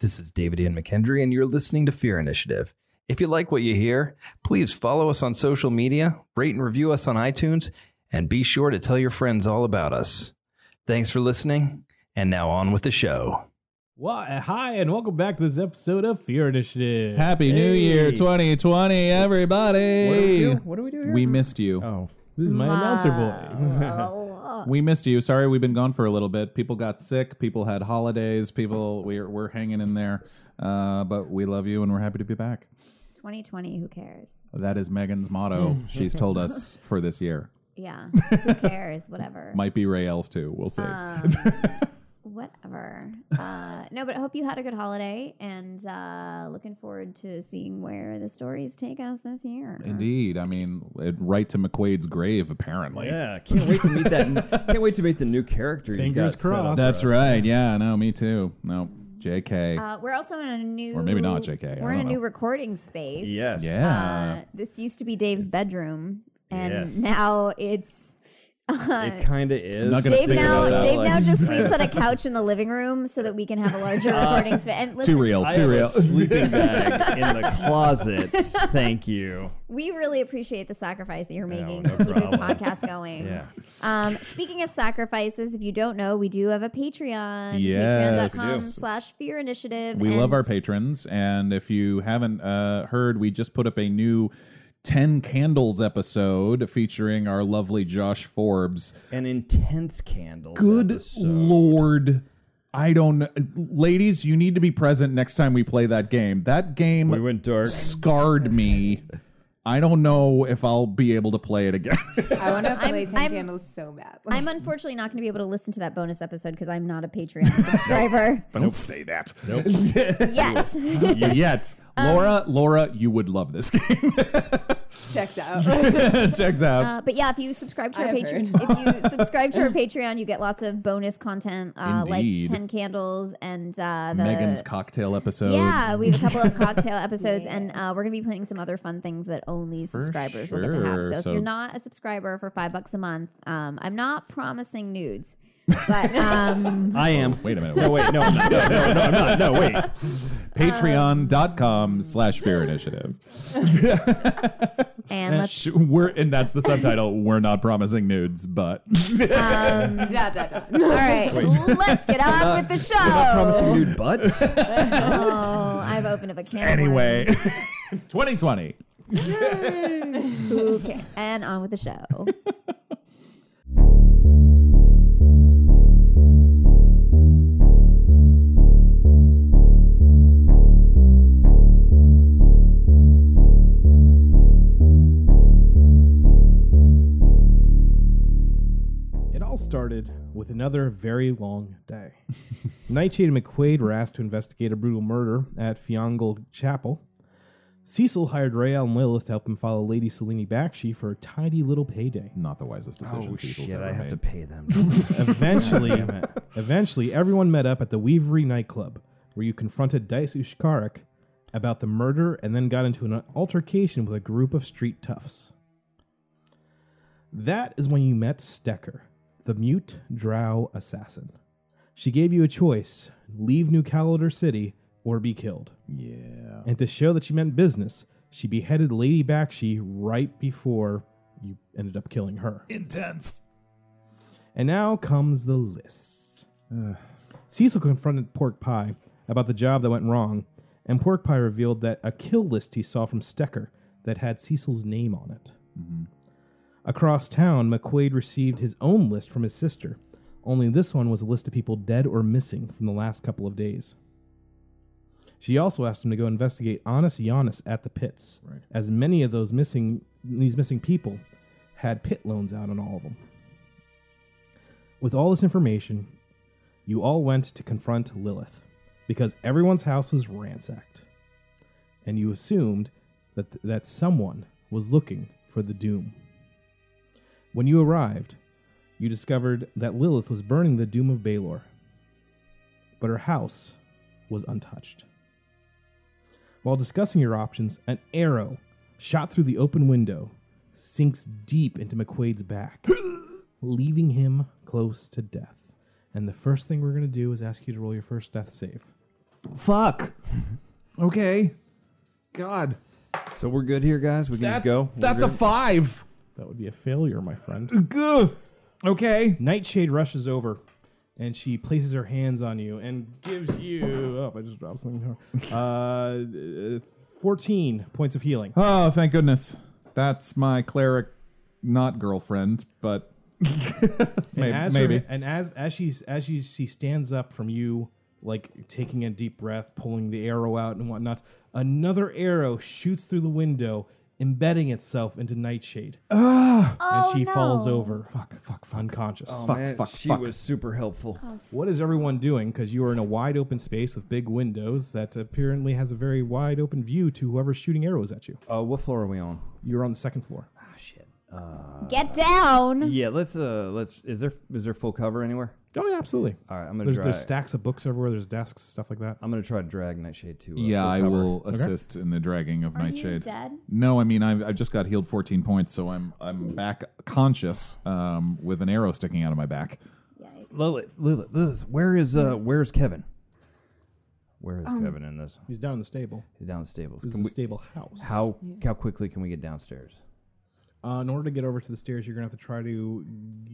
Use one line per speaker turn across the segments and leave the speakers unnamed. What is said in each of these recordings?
This is David Ian McKendry, and you're listening to Fear Initiative. If you like what you hear, please follow us on social media, rate and review us on iTunes, and be sure to tell your friends all about us. Thanks for listening, and now on with the show.
Why, hi, and welcome back to this episode of Fear Initiative.
Happy New
Hey.
Year 2020, everybody.
What do we do? What do we do here?
We missed you.
Oh, this is my announcer voice.
Oh,
We missed you. Sorry, we've been gone for a little bit. People got sick. People had holidays. People, we're we're hanging in there. Uh, but we love you, and we're happy to be back.
2020, who cares?
That is Megan's motto. She's told us for this year.
Yeah, who cares? Whatever.
Might be Ray L's too. We'll see.
Um, whatever. Uh, no, but I hope you had a good holiday and uh, looking forward to seeing where the stories take us this year.
Indeed. I mean, it, right to McQuaid's grave, apparently.
Yeah, can't wait to meet that. can't wait to meet the new character. you've
Fingers
got set up
crossed.
for
That's
us.
right. Yeah. No, me too. No, JK.
Uh, we're also in a new,
Or maybe not, JK, I
We're in a
don't
new
know.
recording space.
Yes.
yeah.
Uh, this used to be Dave's bedroom, and
Yes.
now it's. Uh,
It kind of is.
not gonna
Dave
figure
now,
it out,
Dave
like- Uh,
now just sleeps on a couch in the living room so that we can have a larger recording space. And uh, listen,
too real.
I
Too
have
real.
a sleeping bag in the closet. Thank you.
We really appreciate the sacrifice that you're
Yeah,
making
no
to keep this
problem.
podcast going.
Yeah.
Um, speaking of sacrifices, if you don't know, we do have a Patreon.
Yes.
Patreon.com
We do.
slash fear initiative.
We love
and
our patrons, and if you haven't uh, heard, we just put up a new ten candles episode featuring our lovely Josh Forbes.
An intense candle.
Good lord. I don't ladies, you need to be present next time we play that game. That game
We went dark.
scarred me. I don't know if I'll be able to play it again.
I want to play
I'm-
10
I'm-
Candles so bad.
I'm unfortunately not going to be able to listen to that bonus episode because I'm not a Patreon subscriber
don't say that. Nope.
yet.
Yet.
Um,
Laura, Laura, you would love this game.
checked out.
Checks out.
Uh, but yeah, if you subscribe to
I
our
have
Patreon, if you subscribe to our Patreon, you get lots of bonus content, uh, like
Indeed.
ten candles and uh, the
Megan's cocktail episode.
Yeah, we have a couple of cocktail episodes, and uh, we're gonna be playing some other fun things that only
For
subscribers will get to have.
sure.
So, if
So-
you're not a subscriber for five bucks a month, um, I'm not promising nudes, but um,
I am.
Oh, Wait a minute.
No, wait. No, I'm not. No, no, no, I'm not. No, wait.
patreon.com slash fear initiative
and let's
Sh- we're and that's the subtitle we're not promising nudes but
um,
da, da, da.
all right, let's get on with the show.
Promising nude butts.
Oh, I've opened up a can. of
anyway 2020
worms. okay, and on with the show.
It all started with another very long day. Nightshade and McQuaid were asked to investigate a brutal murder at Fiongle Chapel. Cecil hired Rael and Lilith to help him follow Lady Selene Bakshi for a tidy little payday.
not the wisest decision
Oh
Cecil's
shit!
ever
I have
made.
to pay them.
Eventually, eventually, everyone met up at the Weavery nightclub, where you confronted Dice Ushkarik about the murder and then got into an altercation with a group of street toughs. That is when you met Stecker, the mute drow assassin. She gave you a choice leave New Calendar City or be killed.
yeah
And to show that she meant business, she beheaded Lady Bakshi right before you ended up killing her.
intense
And now comes the list. Cecil confronted Pork Pie about the job that went wrong, and Pork Pie revealed that a kill list he saw from Stecker that had Cecil's name on it. Across town, McQuaid received his own list from his sister, only this one was a list of people dead or missing from the last couple of days. She also asked him to go investigate Honest Giannis at the pits,
Right.
as many of those missing these missing people had pit loans out on all of them. With all this information, you all went to confront Lilith because everyone's house was ransacked, and you assumed that that someone was looking for the doom. When you arrived, you discovered that Lilith was burning the doom of Baelor, but her house was untouched. While discussing your options, an arrow shot through the open window sinks deep into McQuaid's back, leaving him close to death. And the first thing we're going to do is ask you to roll your first death save.
Fuck. Okay. God.
So we're good here, guys. We can
That's,
just go. We're
that's a
good?
five.
That would be a failure, my friend.
Ugh. Okay.
Nightshade rushes over and she places her hands on you and gives you. Oh, I just dropped something. Uh, uh, 14 points of healing.
Oh, thank goodness. That's my cleric, not girlfriend, but
And
maybe.
as her-
maybe.
and as as she's as she, she stands up from you, like taking a deep breath, pulling the arrow out and whatnot, another arrow shoots through the window, embedding itself into Nightshade,
Oh,
and she
no.
falls over,
Fuck, fuck, fuck.
unconscious.
Oh,
Fuck,
man,
fuck,
she
fuck.
was super helpful.
Oh.
What is everyone doing? Because you are in a wide open space with big windows that apparently has a very wide open view to whoever's shooting arrows at you.
Uh, what floor are we on?
You're on the second floor.
Ah, shit.
Get down.
Yeah, let's uh, let's. Is there is there full cover anywhere?
Oh yeah, absolutely.
All right, I'm gonna
There's,
try.
there's stacks of books everywhere. There's desks, stuff like that.
I'm gonna try to drag Nightshade to. Uh,
Yeah,
full
I
cover.
will assist in the dragging of
Are you
Nightshade.
dead?
No, I mean I've, I've just got healed 14 points, so I'm I'm back conscious um, with an arrow sticking out of my back.
Yikes.
Lilith, Lilith, Lilith, where is uh, where's Kevin? Where is Kevin in this?
He's down in the stable.
He's down the stables.
This
Can
is
we,
a stable house.
how how quickly can we get downstairs?
Uh, in order to get over to the stairs, you're gonna have to try to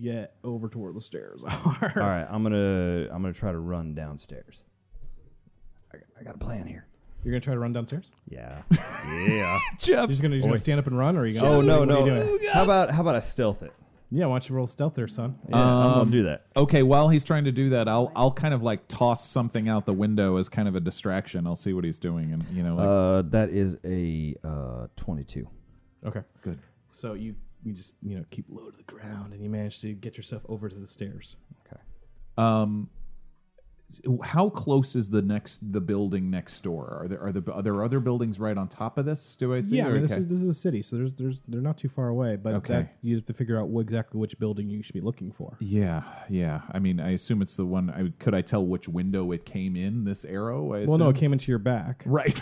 get over to where the stairs are.
All right, I'm gonna I'm gonna try to run downstairs. I, I got a plan here.
You're gonna try to run downstairs.
Yeah, yeah.
You're just gonna, you're gonna stand up and run, or are you? Gonna,
oh no
what are
no.
you doing?
How about how about I stealth it?
Yeah, why don't you roll stealth there, son?
Yeah, I'm
Um,
gonna do that.
Okay, while he's trying to do that, I'll I'll kind of like toss something out the window as kind of a distraction. I'll see what he's doing, and you know, like,
Uh, that is a uh 22.
Okay.
Good.
So you you just you know keep low to the ground, and you manage to get yourself over to the stairs.
Okay.
Uh,
Um, how close is the next the building next door? Are there are there are there other buildings right on top of this? Do I see?
yeah, I
or-
mean, this
okay.
is this is a city, so there's there's they're not too far away, but
Okay.
that, you have to figure out what, exactly which building you should be looking for.
yeah, yeah. I mean, I assume it's the one. I could I tell which window it came in? This arrow. I
Well, no,
assume?
it came into your back.
Right.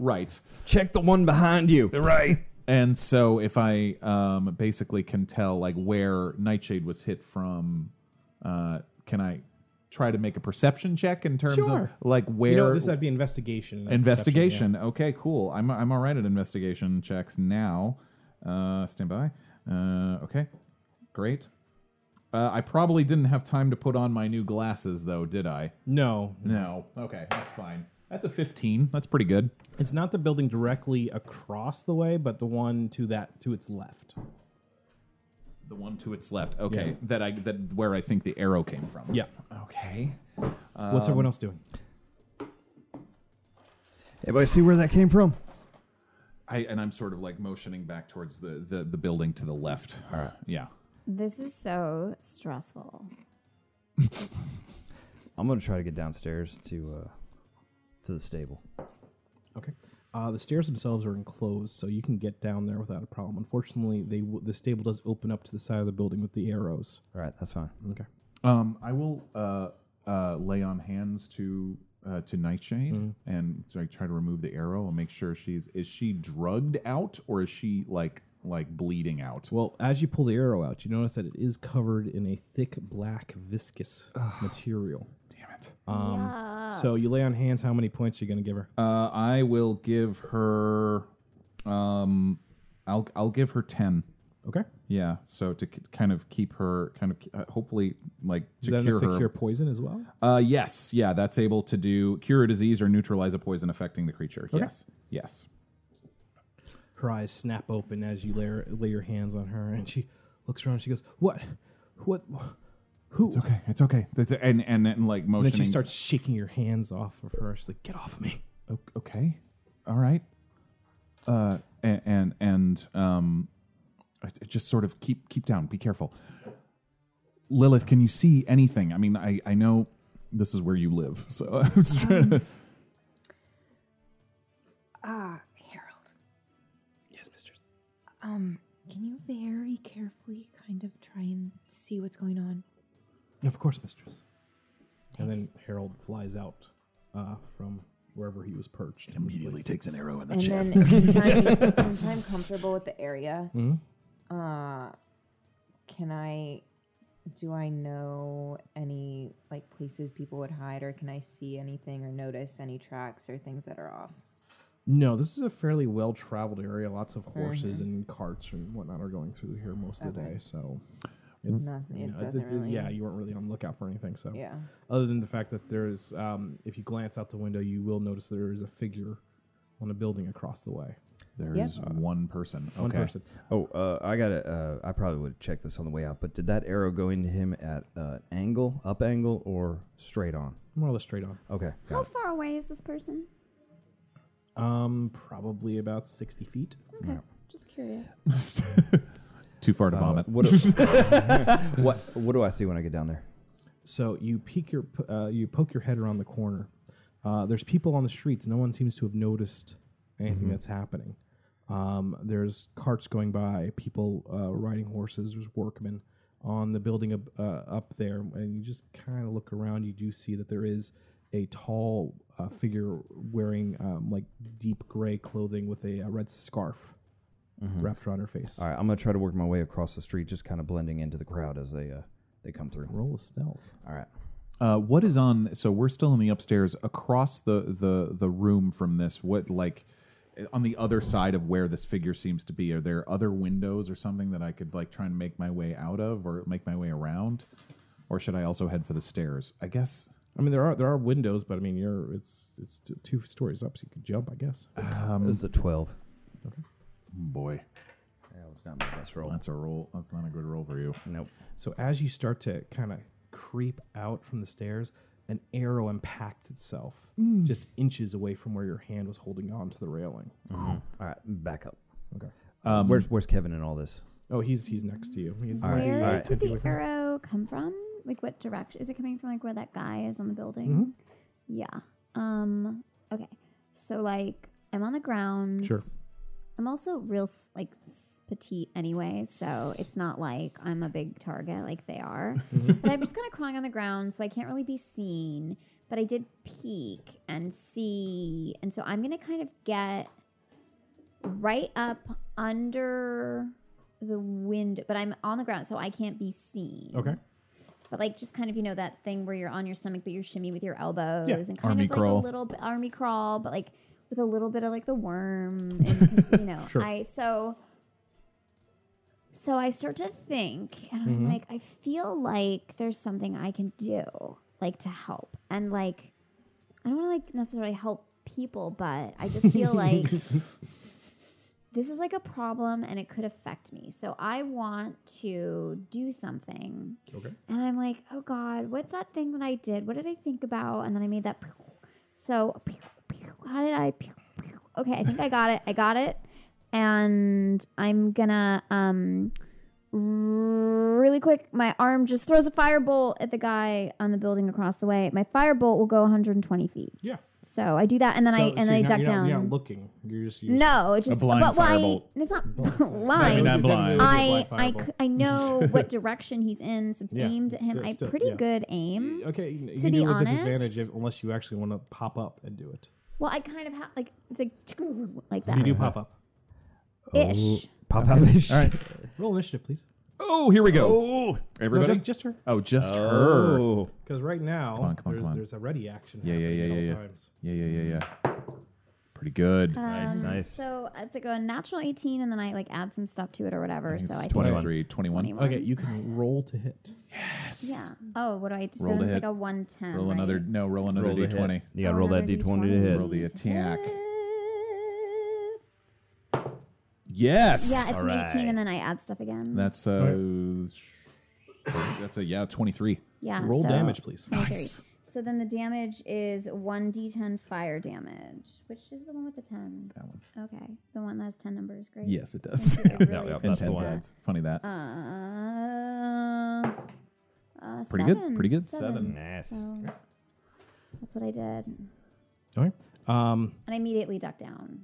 right.
Check the one behind you.
Right. And so if I um, basically can tell like where Nightshade was hit from, uh, can I try to make a perception check in terms
Sure.
of like where
You know, this would be investigation. not
investigation? Okay, cool. I'm I'm all right at investigation checks now. Uh, stand by. Uh, okay, great. Uh, I probably didn't have time to put on my new glasses though, did I?
perception, yeah. No,
No. Okay, that's fine. That's a 15. That's pretty good.
It's not the building directly across the way, but the one to that to its left.
The one to its left. Okay,
Yeah.
that I that where I think the arrow came from.
Yeah.
Okay. Um,
What's everyone else doing?
Everybody see where that came from?
I and I'm sort of like motioning back towards the the, the building to the left. All right. Yeah.
This is so stressful.
I'm gonna try to get downstairs to uh to the stable.
Okay. Uh, the stairs themselves are enclosed, so you can get down there without a problem. Unfortunately, they w- the stable does open up to the side of the building with the arrows.
All right, that's fine.
Okay.
Um, I will uh uh lay on hands to. Uh, to Nightshade,
Mm-hmm.
and so I try to remove the arrow and make sure she's is she drugged out or is she like like bleeding out?
Well, as you pull the arrow out, you notice that it is covered in a thick black viscous material.
Damn it!
Um,
Yuck.
so you lay on hands. How many points are you going to give her?
Uh, I will give her, um, I'll I'll give her ten.
Okay.
Yeah, so to k- kind of keep her, kind of uh, hopefully like
Is
to
that
cure
enough to
her.
cure poison as well?
Uh, yes, yeah, that's able to do cure a disease or neutralize a poison affecting the creature. Yes, yes.
her eyes snap open as you lay, lay your hands on her, and she looks around. And she goes, "What? What? Who?"
It's okay. It's okay. That's- and, and and like
And
motioning.
then she starts shaking your hands off of her. She's like, "Get off of me!"
O- Okay, all right. Uh, and and, and um, I- I just sort of keep keep down. Be careful. Lilith, can you see anything? I mean, I I know this is where you live, so I was trying
Um,
to.
Ah, Harold.
Yes, mistress.
Um, can you very carefully kind of try and see what's going on?
Of course, mistress. And then Harold flies out uh, from wherever he was perched. in this place.
takes an arrow in
and then since I'm, since
Mm-hmm.
I'm comfortable with the area,
Mhm.
uh, can uh, I do I know any like places people would hide, or can I see anything or notice any tracks or things that are off?
No, this is a fairly well traveled area. Lots of horses and carts and whatnot are going through here most of the
Okay.
day. So it's,
Nothing.
you
It
know, it's-
doesn't
it's-
really.
yeah, you weren't really on the lookout for anything. So
Yeah.
other than the fact that there is, um, if you glance out the window, you will notice there is a figure on a building across the way.
There
Yep.
is one person.
One
Okay.
person.
Oh, uh, I got to uh, I probably would have checked this on the way out, but did that arrow go into him at uh, angle, up angle, or straight on?
More or less straight on.
Okay.
How
Got it.
far away is this person?
Um, probably about sixty feet.
Okay, just curious.
Too far to
Uh,
vomit.
what, do- what what do I see when I get down there?
So you peek your p- uh, you poke your head around the corner. Uh, there's people on the streets. No one seems to have noticed anything that's happening. Um, there's carts going by, people uh, riding horses. There's workmen on the building up, uh, up there, and you just kind of look around. You do see that there is a tall uh, figure wearing um, like deep gray clothing with a, uh red scarf wrapped around her face.
All right, I'm gonna try to work my way across the street, just kind of blending into the crowd as they uh, they come through.
Roll a stealth.
All right.
Uh, what is on? So we're still in the upstairs, across the the the room from this. What like on the other side of where this figure seems to be? Are there other windows or something that I could like try and make my way out of, or make my way around, or should I also head for the stairs? I guess.
I mean, there are there are windows, but I mean, you're it's it's t- two stories up, so you could jump, I guess.
Um, this is a 12.
Boy,
That was not my best roll.
that's a roll. That's not a good roll for you.
Nope.
So as you start to kind of creep out from the stairs, an arrow impacts itself just inches away from where your hand was holding on to the railing.
All right, back up.
Okay.
Um,
where's where's Kevin in all this?
Oh, he's he's next to you. He's
All right,
Where
all right.
did
Ten feet away
the
from you.
arrow come from? Like, what direction? Is it coming from, like, where that guy is on the building?
Mm-hmm.
Yeah. Um. Okay. So, like, I'm on the ground.
Sure.
I'm also real, s- like, s- petite anyway, so it's not like I'm a big target like they are. but I'm just kind of crawling on the ground, so I can't really be seen. But I did peek and see, and so I'm gonna kind of get right up under the window, but I'm on the ground, so I can't be seen.
Okay.
But like just kind of you know that thing where you're on your stomach but you're shimmy with your elbows and kind
Army
of like
crawl.
a little bit army crawl, but like with a little bit of like the worm, and, 'cause, you know.
Sure.
I so so I start to think, and
Mhm.
I'm like, I feel like there's something I can do, like to help, and like I don't want to like necessarily help people, but I just feel like this is like a problem and it could affect me. So I want to do something
Okay.
and I'm like, oh God, what's that thing that I did? What did I think about? And then I made that. pew. So, pew, pew, how did I? pew, pew? Okay, I think I got it. I got it. And I'm gonna, um, really quick, my arm just throws a firebolt at the guy on the building across the way. My firebolt will go 120 feet.
Yeah.
So I do that, and then
So- so
I and then I
you're not-
duck
you're
down.
Not, you're not looking. You're just you're just-
no, it's just
blind
but why-
firebolt.
It's not
I mean,
blind.
it's-
not blind.
I
it's a
I,
blind
c- I know what direction he's in, so it's
Yeah,
aimed at
it's
him.
still-
I
still-
pretty
yeah. uh
good
fireball.
aim.
Okay. You, you
To
can
be
do it with
honest-
disadvantage if, unless you actually want to pop up and do it.
Well, I kind of have like it's like like
So you
that
do pop up.
ish.
Pop out of
All right.
Roll initiative, please.
Oh, here we go.
No,
Everybody.
just, just her.
oh, just her.
Oh.
Because right now
Come on, come on,
there's,
come on.
there's a ready action.
Yeah, yeah,
happening
yeah,
at all
yeah, yeah.
Times.
Yeah, yeah, yeah, yeah. Pretty
Oh.
good.
Um,
nice.
So it's like a natural 18, and then I like add some stuff to it or whatever. So I think
23, 21.
21.
Okay, you can roll to hit.
Yeah. Oh, what do I? So
Roll
then
to
it's
hit.
like a 110.
Roll
right?
another. No, roll another
Roll the hit.
d20.
You gotta roll that
another
d20 to hit.
Roll the
to
attack.
hit.
Yes.
Yeah, it's an 18,
Alright.
and then I add stuff again.
That's uh, that's a yeah, twenty three.
yeah.
roll
so
damage, please.
23. So then the damage is 1d10 fire damage, which is the one with the 10.
That one.
Okay. The one that has 10 numbers. Great.
Yes, it does.
Thank you, I
Yeah,
really
yeah,
appreciate
that's the
Intense
one.
that.
ads. Funny that.
Uh, uh,
Pretty good,
seven.
pretty good. Seven.
Nice.
So that's what I did, and
Okay. Um,
I immediately ducked down.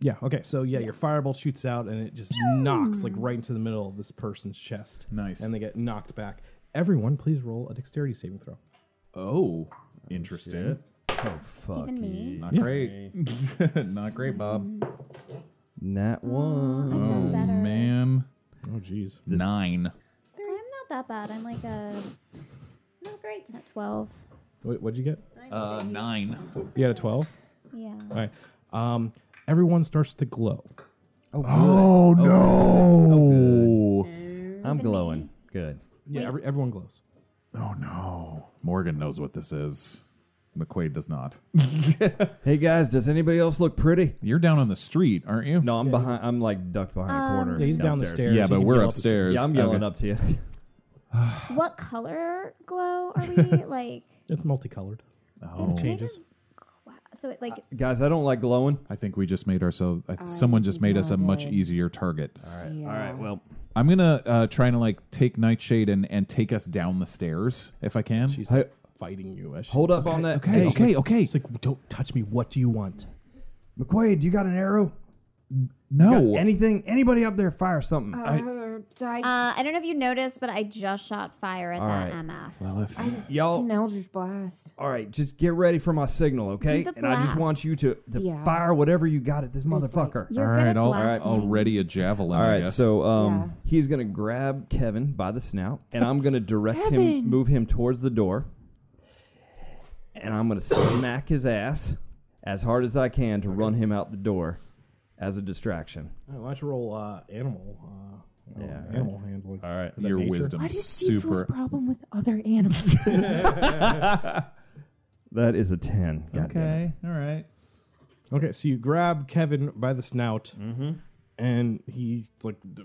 yeah. Okay. So yeah, your fireball shoots out and it just knocks like right into the middle of this person's chest,
Nice.
and they get knocked back. Everyone, please roll a dexterity saving throw.
oh, interesting.
Oh, fuck
Even me.
you.
Not great. Not great, Bob.
Nat
I've
one.
done
Oh
better.
man,
Oh, jeez.
nine.
I'm not that bad. I'm like a
Not great.
at 12.
What, what'd you get?
Uh, nine.
You had a 12?
Yeah.
All right. Um, everyone starts to glow.
Oh,
Oh,
good.
no!
good. I'm glowing. Good.
Yeah, every, everyone glows.
Oh no! Morgan knows what this is. McQuaid does not.
Hey guys, does anybody else look pretty?
You're down on the street, aren't you?
No, I'm behind. I'm like ducked behind
Um,
a corner.
Yeah, he's down the
downstairs.
stairs.
Yeah,
He
but
can
we're
yell up the stairs.
upstairs.
Yeah, I'm yelling up to you.
What color glow are we? like,
It's multicolored.
Oh.
Changes.
wow. So it like,
guys, I don't like glowing.
I think we just made ourselves. I,
Oh,
someone
this
just
is
made
not
us a much
good.
easier target.
All right.
Yeah.
All right. Well,
I'm gonna uh, try and like take Nightshade and and take us down the stairs if I can.
She's like, fighting you. As she,
hold up on that.
okay,
Hey,
okay, okay.
She's like, don't touch me. What do you want?
McQuaid, you got an arrow?
no,
Anything? Anybody up there? Fire something.
Uh, I,
uh, I don't know if you noticed, but I just shot fire at
All
that
right.
MF.
Lilith.
Y'all.
An Eldritch Blast.
All right. Just get ready for my signal, okay?
the
And I just
blast.
want you to, to
Yeah.
fire whatever you got at this
There's like-
motherfucker.
You're
all
good
right,
at
I'll,
blasting.
already a javelin.
All
I
right,
guess.
so um, he's gonna grab Kevin by the snout, and I'm gonna direct him, move him towards the door, and I'm gonna smack his ass as hard as I can to run him out the door as a distraction.
All right, why don't you roll uh, animal? Uh,
Yeah, all right.
animal handling.
All right,
that
your
nature?
wisdom
what is Cecil's
super.
problem with other animals?
that is a ten. God damn it.
all right.
Okay, so you grab Kevin by the snout,
Mm-hmm.
and he's like, d-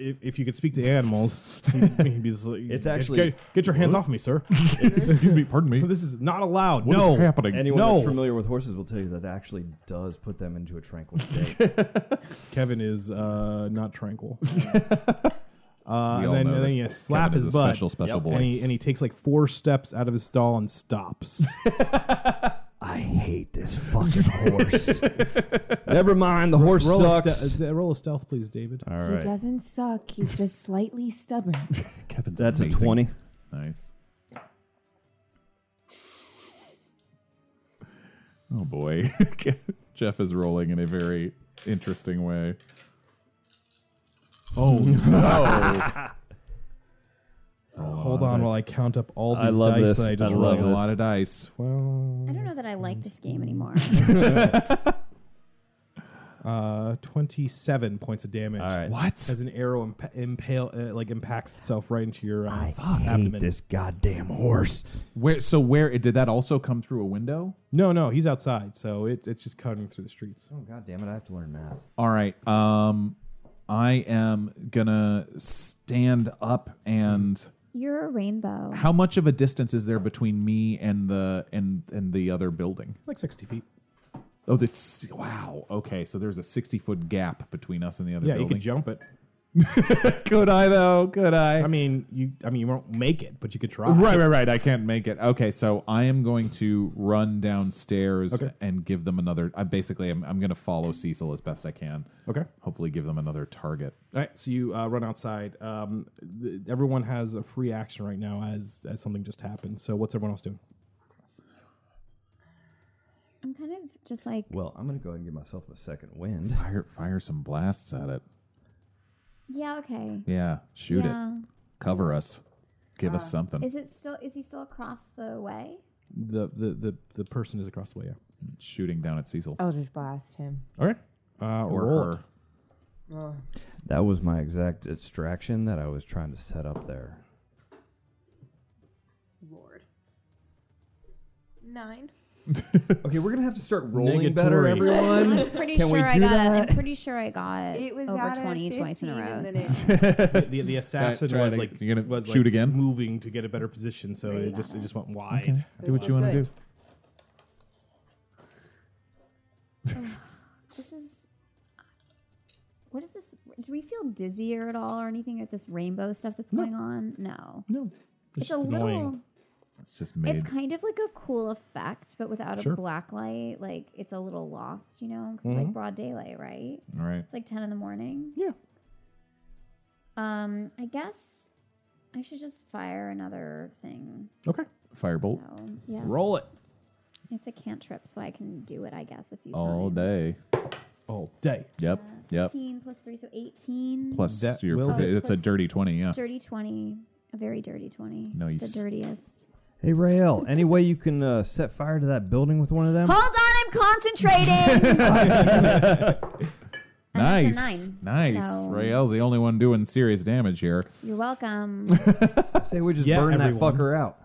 if, if you could speak to animals, he'd, he'd be just like,
It's
"Get-
actually-
get, get your hands off me, sir.
Excuse me, pardon me.
this is not allowed.
What is
no,
happening?
Anyone
no.
that's familiar with horses will tell you that actually does put them into a tranquil state.
Kevin is uh, not tranquil. Uh,
We all
and, then,
know
and
that
then you slap
Kevin
his
is a
butt,
special, special boy.
and he and he takes like four steps out of his stall and stops.
I hate this fucking horse. Never mind, the horse
roll,
sucks.
A ste- uh, roll a stealth, please, David.
All
He doesn't suck. He's just slightly stubborn.
Kevin's
that's
amazing.
a twenty.
Nice. Oh boy, Jeff is rolling in a very interesting way. Oh no!
Hold on while I count up all these
I love
dice
this.
that I just
I love
rolled.
Rolling a lot of dice.
I
Well,
don't know that I like this
Mm.
game anymore.
uh, twenty-seven points of damage.
All right.
What?
As an arrow imp- impale, uh, like impacts itself right into your uh,
I
abdomen.
hate this goddamn horse.
Where? So where did that also come through a window?
No, no, he's outside, so it's it's just cutting through the streets.
Oh god damn it! I have to learn math.
All right. Um, I am gonna stand up and.
You're a rainbow.
How much of a distance is there between me and the and and the other building?
Like sixty feet.
Oh, that's wow. Okay, so there's a sixty foot gap between us and the other
yeah, you
building.
could jump it.
could, I though? Could I?
I mean, you. I mean, you won't make it, but you could try.
right, right, right. I can't make it. Okay, so I am going to run downstairs
Okay.
and give them another. I basically, I'm, I'm going to follow Cecil as best I can.
Okay.
Hopefully, give them another target.
All right, so you uh, run outside. Um, th- everyone has a free action right now, as as something just happened. So what's everyone else doing?
I'm kind of just like,
Well, I'm gonna go ahead and give myself a second wind.
Fire, fire some blasts at it.
yeah, okay.
Yeah, shoot it.
yeah.
Cover us. Give us something.
Is it still? Is he still across the way?
The the the, the person is across the way. Yeah.
Shooting down at Cecil
Eldritch Blast him.
All right. Uh,
or
roll
her.
it.
Oh,
That was my exact distraction that I was trying to set up there.
Lord. Nine.
Okay, we're gonna have to start
Negatory.
I'm pretty
Can we
sure I
do
got
that?
it. I'm pretty sure I got
It was
over
at a
20 twice in a
15
row.
and
so-
then it-
The, the, the assassin
try
was
to-
like
you're gonna
was
shoot
like
again?
moving to get a better position, so
Really
it just
bad.
it just went wide.
Okay. Do what you want to
good.
do.
This is. What is this? Do we feel dizzier at all or anything at this rainbow stuff that's going on? No.
No,
It's,
it's,
a
just annoying.
little.
It's just made.
It's kind of like a cool effect, but without
Sure.
a black light, like it's a little lost, you know? 'Cause it's like broad daylight, right?
All right.
It's like 10 in the morning.
Yeah.
Um, I guess I should just fire another thing.
Okay.
Firebolt
So, yes.
Roll it
It's a cantrip, so I can do it, I guess, a few
all
times.
day.
all day.
Yep. Yep.
15 plus 3, so 18.
Plus
That
your.
will
hit.
it's a dirty twenty. Yeah.
Dirty 20. A very dirty 20.
Nice.
The dirtiest.
Hey, Rael, any way you can uh, set fire to that building with one of them?
Hold on, I'm concentrating. And
nice,
it's a nine,
nice.
so-
Rael's the only one doing serious damage here.
You're welcome.
Say we just
Yeah,
burn
everyone.
that fucker out.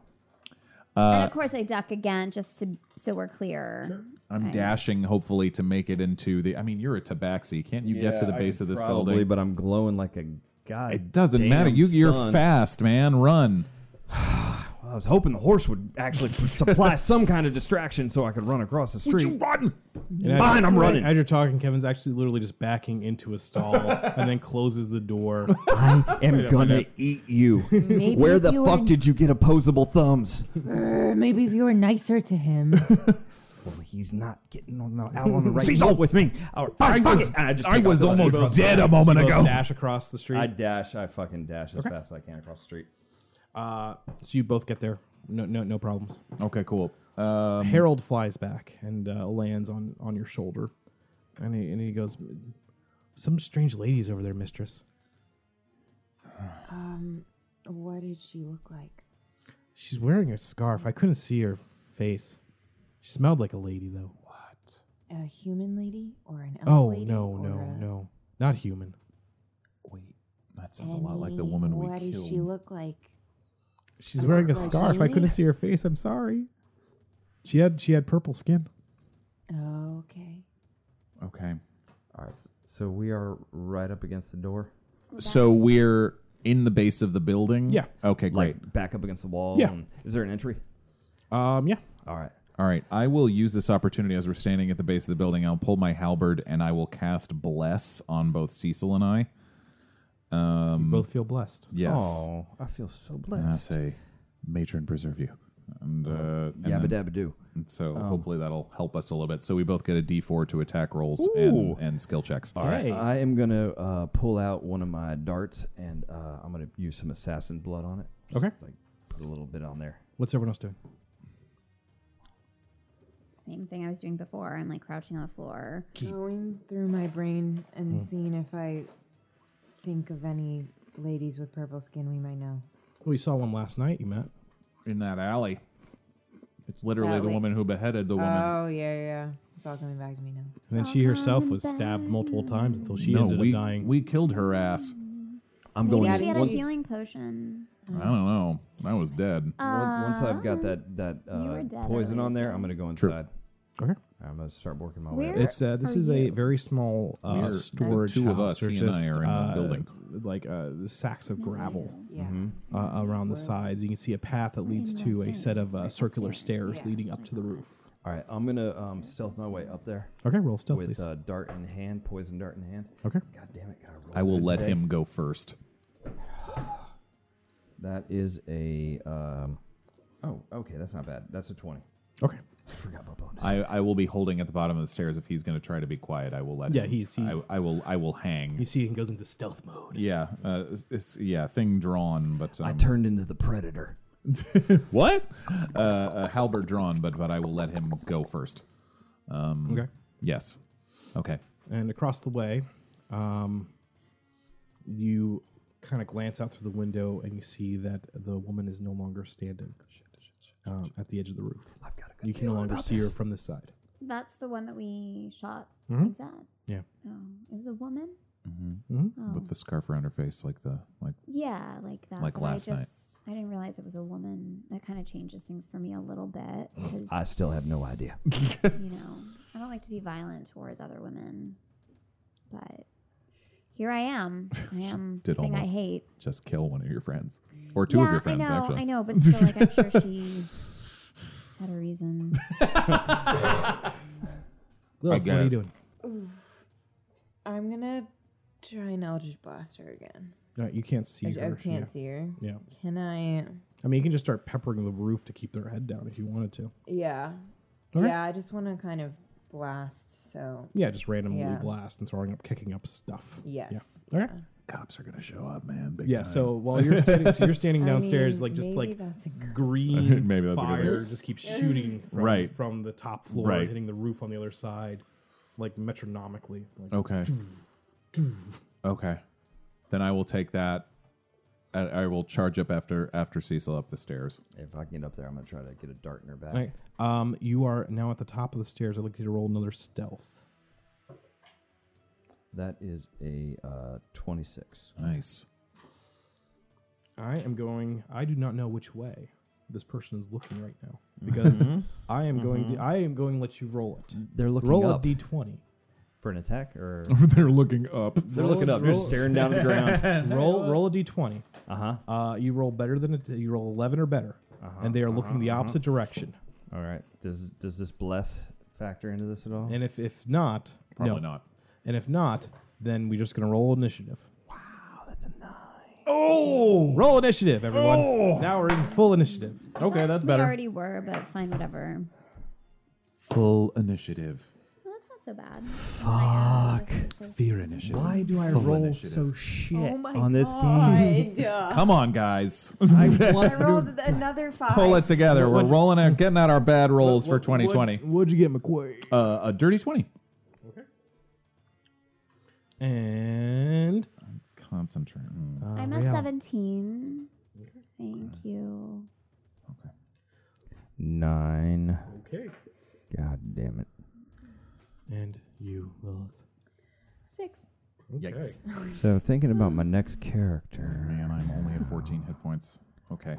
and
Uh,
of course, I duck again just to so we're clear.
I'm
I-
dashing, hopefully, to make it into the. I mean, you're a tabaxi. Can't you get to the base of this
probably,
building?
but I'm glowing like a god.
It doesn't
damn
matter. You, you're
sun.
fast, man. Run.
Well, I was hoping the horse would actually supply some kind of distraction so I could run across the street.
run?
And as
Fine,
you're-
I'm running.
As you're talking, Kevin's actually literally just backing into a stall and then closes the door.
I am gonna eat you.
Maybe
Where
if
the
you were-
fuck did you get opposable thumbs?
Err, maybe if you were nicer to him.
Well, he's not getting on the, out on the right. he's all with me. All right, fine, fuck it. And I, just
I
take
was
off the-
almost
I both-
dead a moment
You both
ago.
Dash across the
I
street.
dash. I fucking dash as fast as I can across the street.
Uh, so you both get there. No, no, no problems.
Okay, cool. Um,
Harold flies back and uh, lands on, on your shoulder, and he and he goes, "Some strange ladies over there, mistress.
Um, what did she look like?
She's wearing a scarf. I couldn't see her face. She smelled like a lady, though.
A human lady or an elf
Oh
lady
no,
or
no,
a-
no, not human.
wait, that sounds a lot like the woman
Penny,
we
What
killed.
does she look like?
She's wearing a
Oh,
scarf. I
really?
couldn't see her face. I'm sorry. She had she had purple skin.
Okay.
okay,
All right. So we are right up against the door.
so we're in the base of the building.
Yeah.
Okay, great.
Like back up against the wall.
Yeah.
and- is there an entry?
Um, yeah.
All right.
All right, I will use this opportunity as we're standing at the base of the building. I'll pull my halberd and I will cast bless on both Cecil and I. Um,
Both feel blessed.
yes.
Oh, I feel so
And I
blessed.
say, matron preserve you. And, uh, and
Yabba
then-
dabba doo.
and so
oh.
hopefully that'll help us a little bit. So we both get a D4 to attack rolls and, and skill checks.
All right,
Hey.
I am gonna uh, pull out one of my darts and uh, I'm gonna use some assassin blood on it.
Okay.
Just, like put a little bit on there.
What's everyone else doing?
Same thing I was doing before. I'm like crouching on the floor.
Going through my brain and seeing if I think of any ladies with purple skin we might know.
We saw one last night. You met.
In that alley. It's literally
Well,
the
we-
woman who beheaded the woman.
Oh yeah, yeah. It's all coming back to me now.
And then she herself was stabbed multiple times until she
no,
ended
we,
up dying.
we killed her ass.
I'm
Maybe
going.
she had a
once,
healing potion.
I don't know. I was dead.
on- once I've got
Um,
that that
were
uh,
dead
poison
earlier
on there,
today.
I'm gonna go
True.
inside.
Okay.
I'm gonna start working my
Where-
way. up.
It's uh, this
are
is a
you?
very small
We're-
uh,
the
storage
two of
house.
us,
There's
he and I,
just,
are in the
uh,
building.
like uh, sacks of gravel
Yeah.
uh, around the sides. You can see a path that leads
Mm,
didn't
to
know
a
that.
set of uh, circular stairs
Yeah.
leading up to the
Mm-hmm.
roof.
All right, I'm gonna um, stealth my way up there
Okay, roll stealth,
with
please.
uh, dart in hand, poison dart in hand.
okay,
God damn it! Can I, roll
I will
good
let
today?
him go first.
That is a. Um, oh, okay, that's not bad. That's a twenty.
okay.
I forgot my bonus.
I, I will be holding at the bottom of the stairs if he's going to try to be quiet. I will let
Yeah,
him.
he's- he-
I, I will. I will hang.
You see, he goes into stealth mode.
yeah, uh, it's- it's, yeah. Thing drawn, but um,
I turned into the predator.
what? Uh, uh, halberd drawn, but but I will let him go first. Um,
Okay.
Yes. Okay.
And across the way, um, you kind of glance out through the window and you see that the woman is no longer standing um, at the edge of the roof.
I've got a good
You can no
feeling
longer
about
see her
this.
from this side.
That's the one that we shot.
Mhm.
Is that?
Yeah.
Oh, it was a woman.
Mm-hmm.
Oh.
With the scarf around her face, like the like.
yeah, like that.
Like
but
last
I just,
night.
I didn't realize it was a woman. That kind of changes things for me a little bit. 'cause,
I still have no idea.
you know, I don't like to be violent towards other women, but here I am. I am the
did
thing I
almost.
hate.
Just kill one of your friends, or two
yeah,
of your friends
I know,
actually.
I know, but still, like, I'm sure she had a reason.
Lilith, what
got
are you
it.
doing?
I'm gonna try and Eldritch Blast her again.
No, you can't see
I, I
her.
can't
yeah.
see her.
Yeah.
Can I?
I mean, you can just start peppering the roof to keep their head down if you wanted to.
Yeah.
Okay.
Yeah. I just want to kind of blast. So
Yeah, just randomly
Yeah.
blast and throwing up, kicking up stuff.
yes.
Yeah.
Yeah.
Okay.
Cops are gonna show up, man. Big
Yeah.
time.
So while you're standing, so you're standing
I
downstairs,
mean,
like just
maybe
like
that's a good-
green
Maybe that's a good
fire
idea.
just keeps shooting from,
Right.
from the top floor,
Right.
hitting the roof on the other side, like metronomically. Like,
Okay. okay. Then I will take that I, I will charge up after after Cecil up the stairs.
If I can get up there, I'm gonna try to get a dart in her back.
All right. Um, you are now at the top of the stairs. I'd like you to roll another stealth.
That is a uh, 26.
Nice.
I am going. I do not know which way this person is looking right now because
Mm-hmm.
I am going. To,
Mm-hmm.
I am going to let you roll it.
They're looking
roll
up.
a d twenty.
for an attack, or
They're looking up.
they're looking up. They're just staring down at the ground.
roll roll a d twenty.
Uh huh.
Uh, you roll better than a t- you roll eleven or better,
Uh-huh,
and they are looking the opposite direction.
All right. Does does this bless factor into this at all?
And if if not,
Probably
no.
not.
And if not, then we're just gonna roll initiative.
Oh,
Roll initiative, everyone. Now we're in full initiative.
okay, that's
we
better.
already were, but fine, whatever.
Full initiative.
Well, that's not so bad. Oh Fuck.
Fear initiative.
do I
Full initiative.
shit
Oh my
on this game?
God.
Come on, guys.
I rolled another five.
Pull it together. We're rolling out, getting out our bad rolls for 2020.
What'd you get, McQuay?
Uh, a dirty 20.
And
Concentrate. Mm.
uh,
I'm a
Rhea.
17. Thank you.
Nine.
Okay.
God damn it.
And you, Lilith.
Six.
Yikes.
So thinking about my next character.
Man, I'm only at 14 hit points. Okay.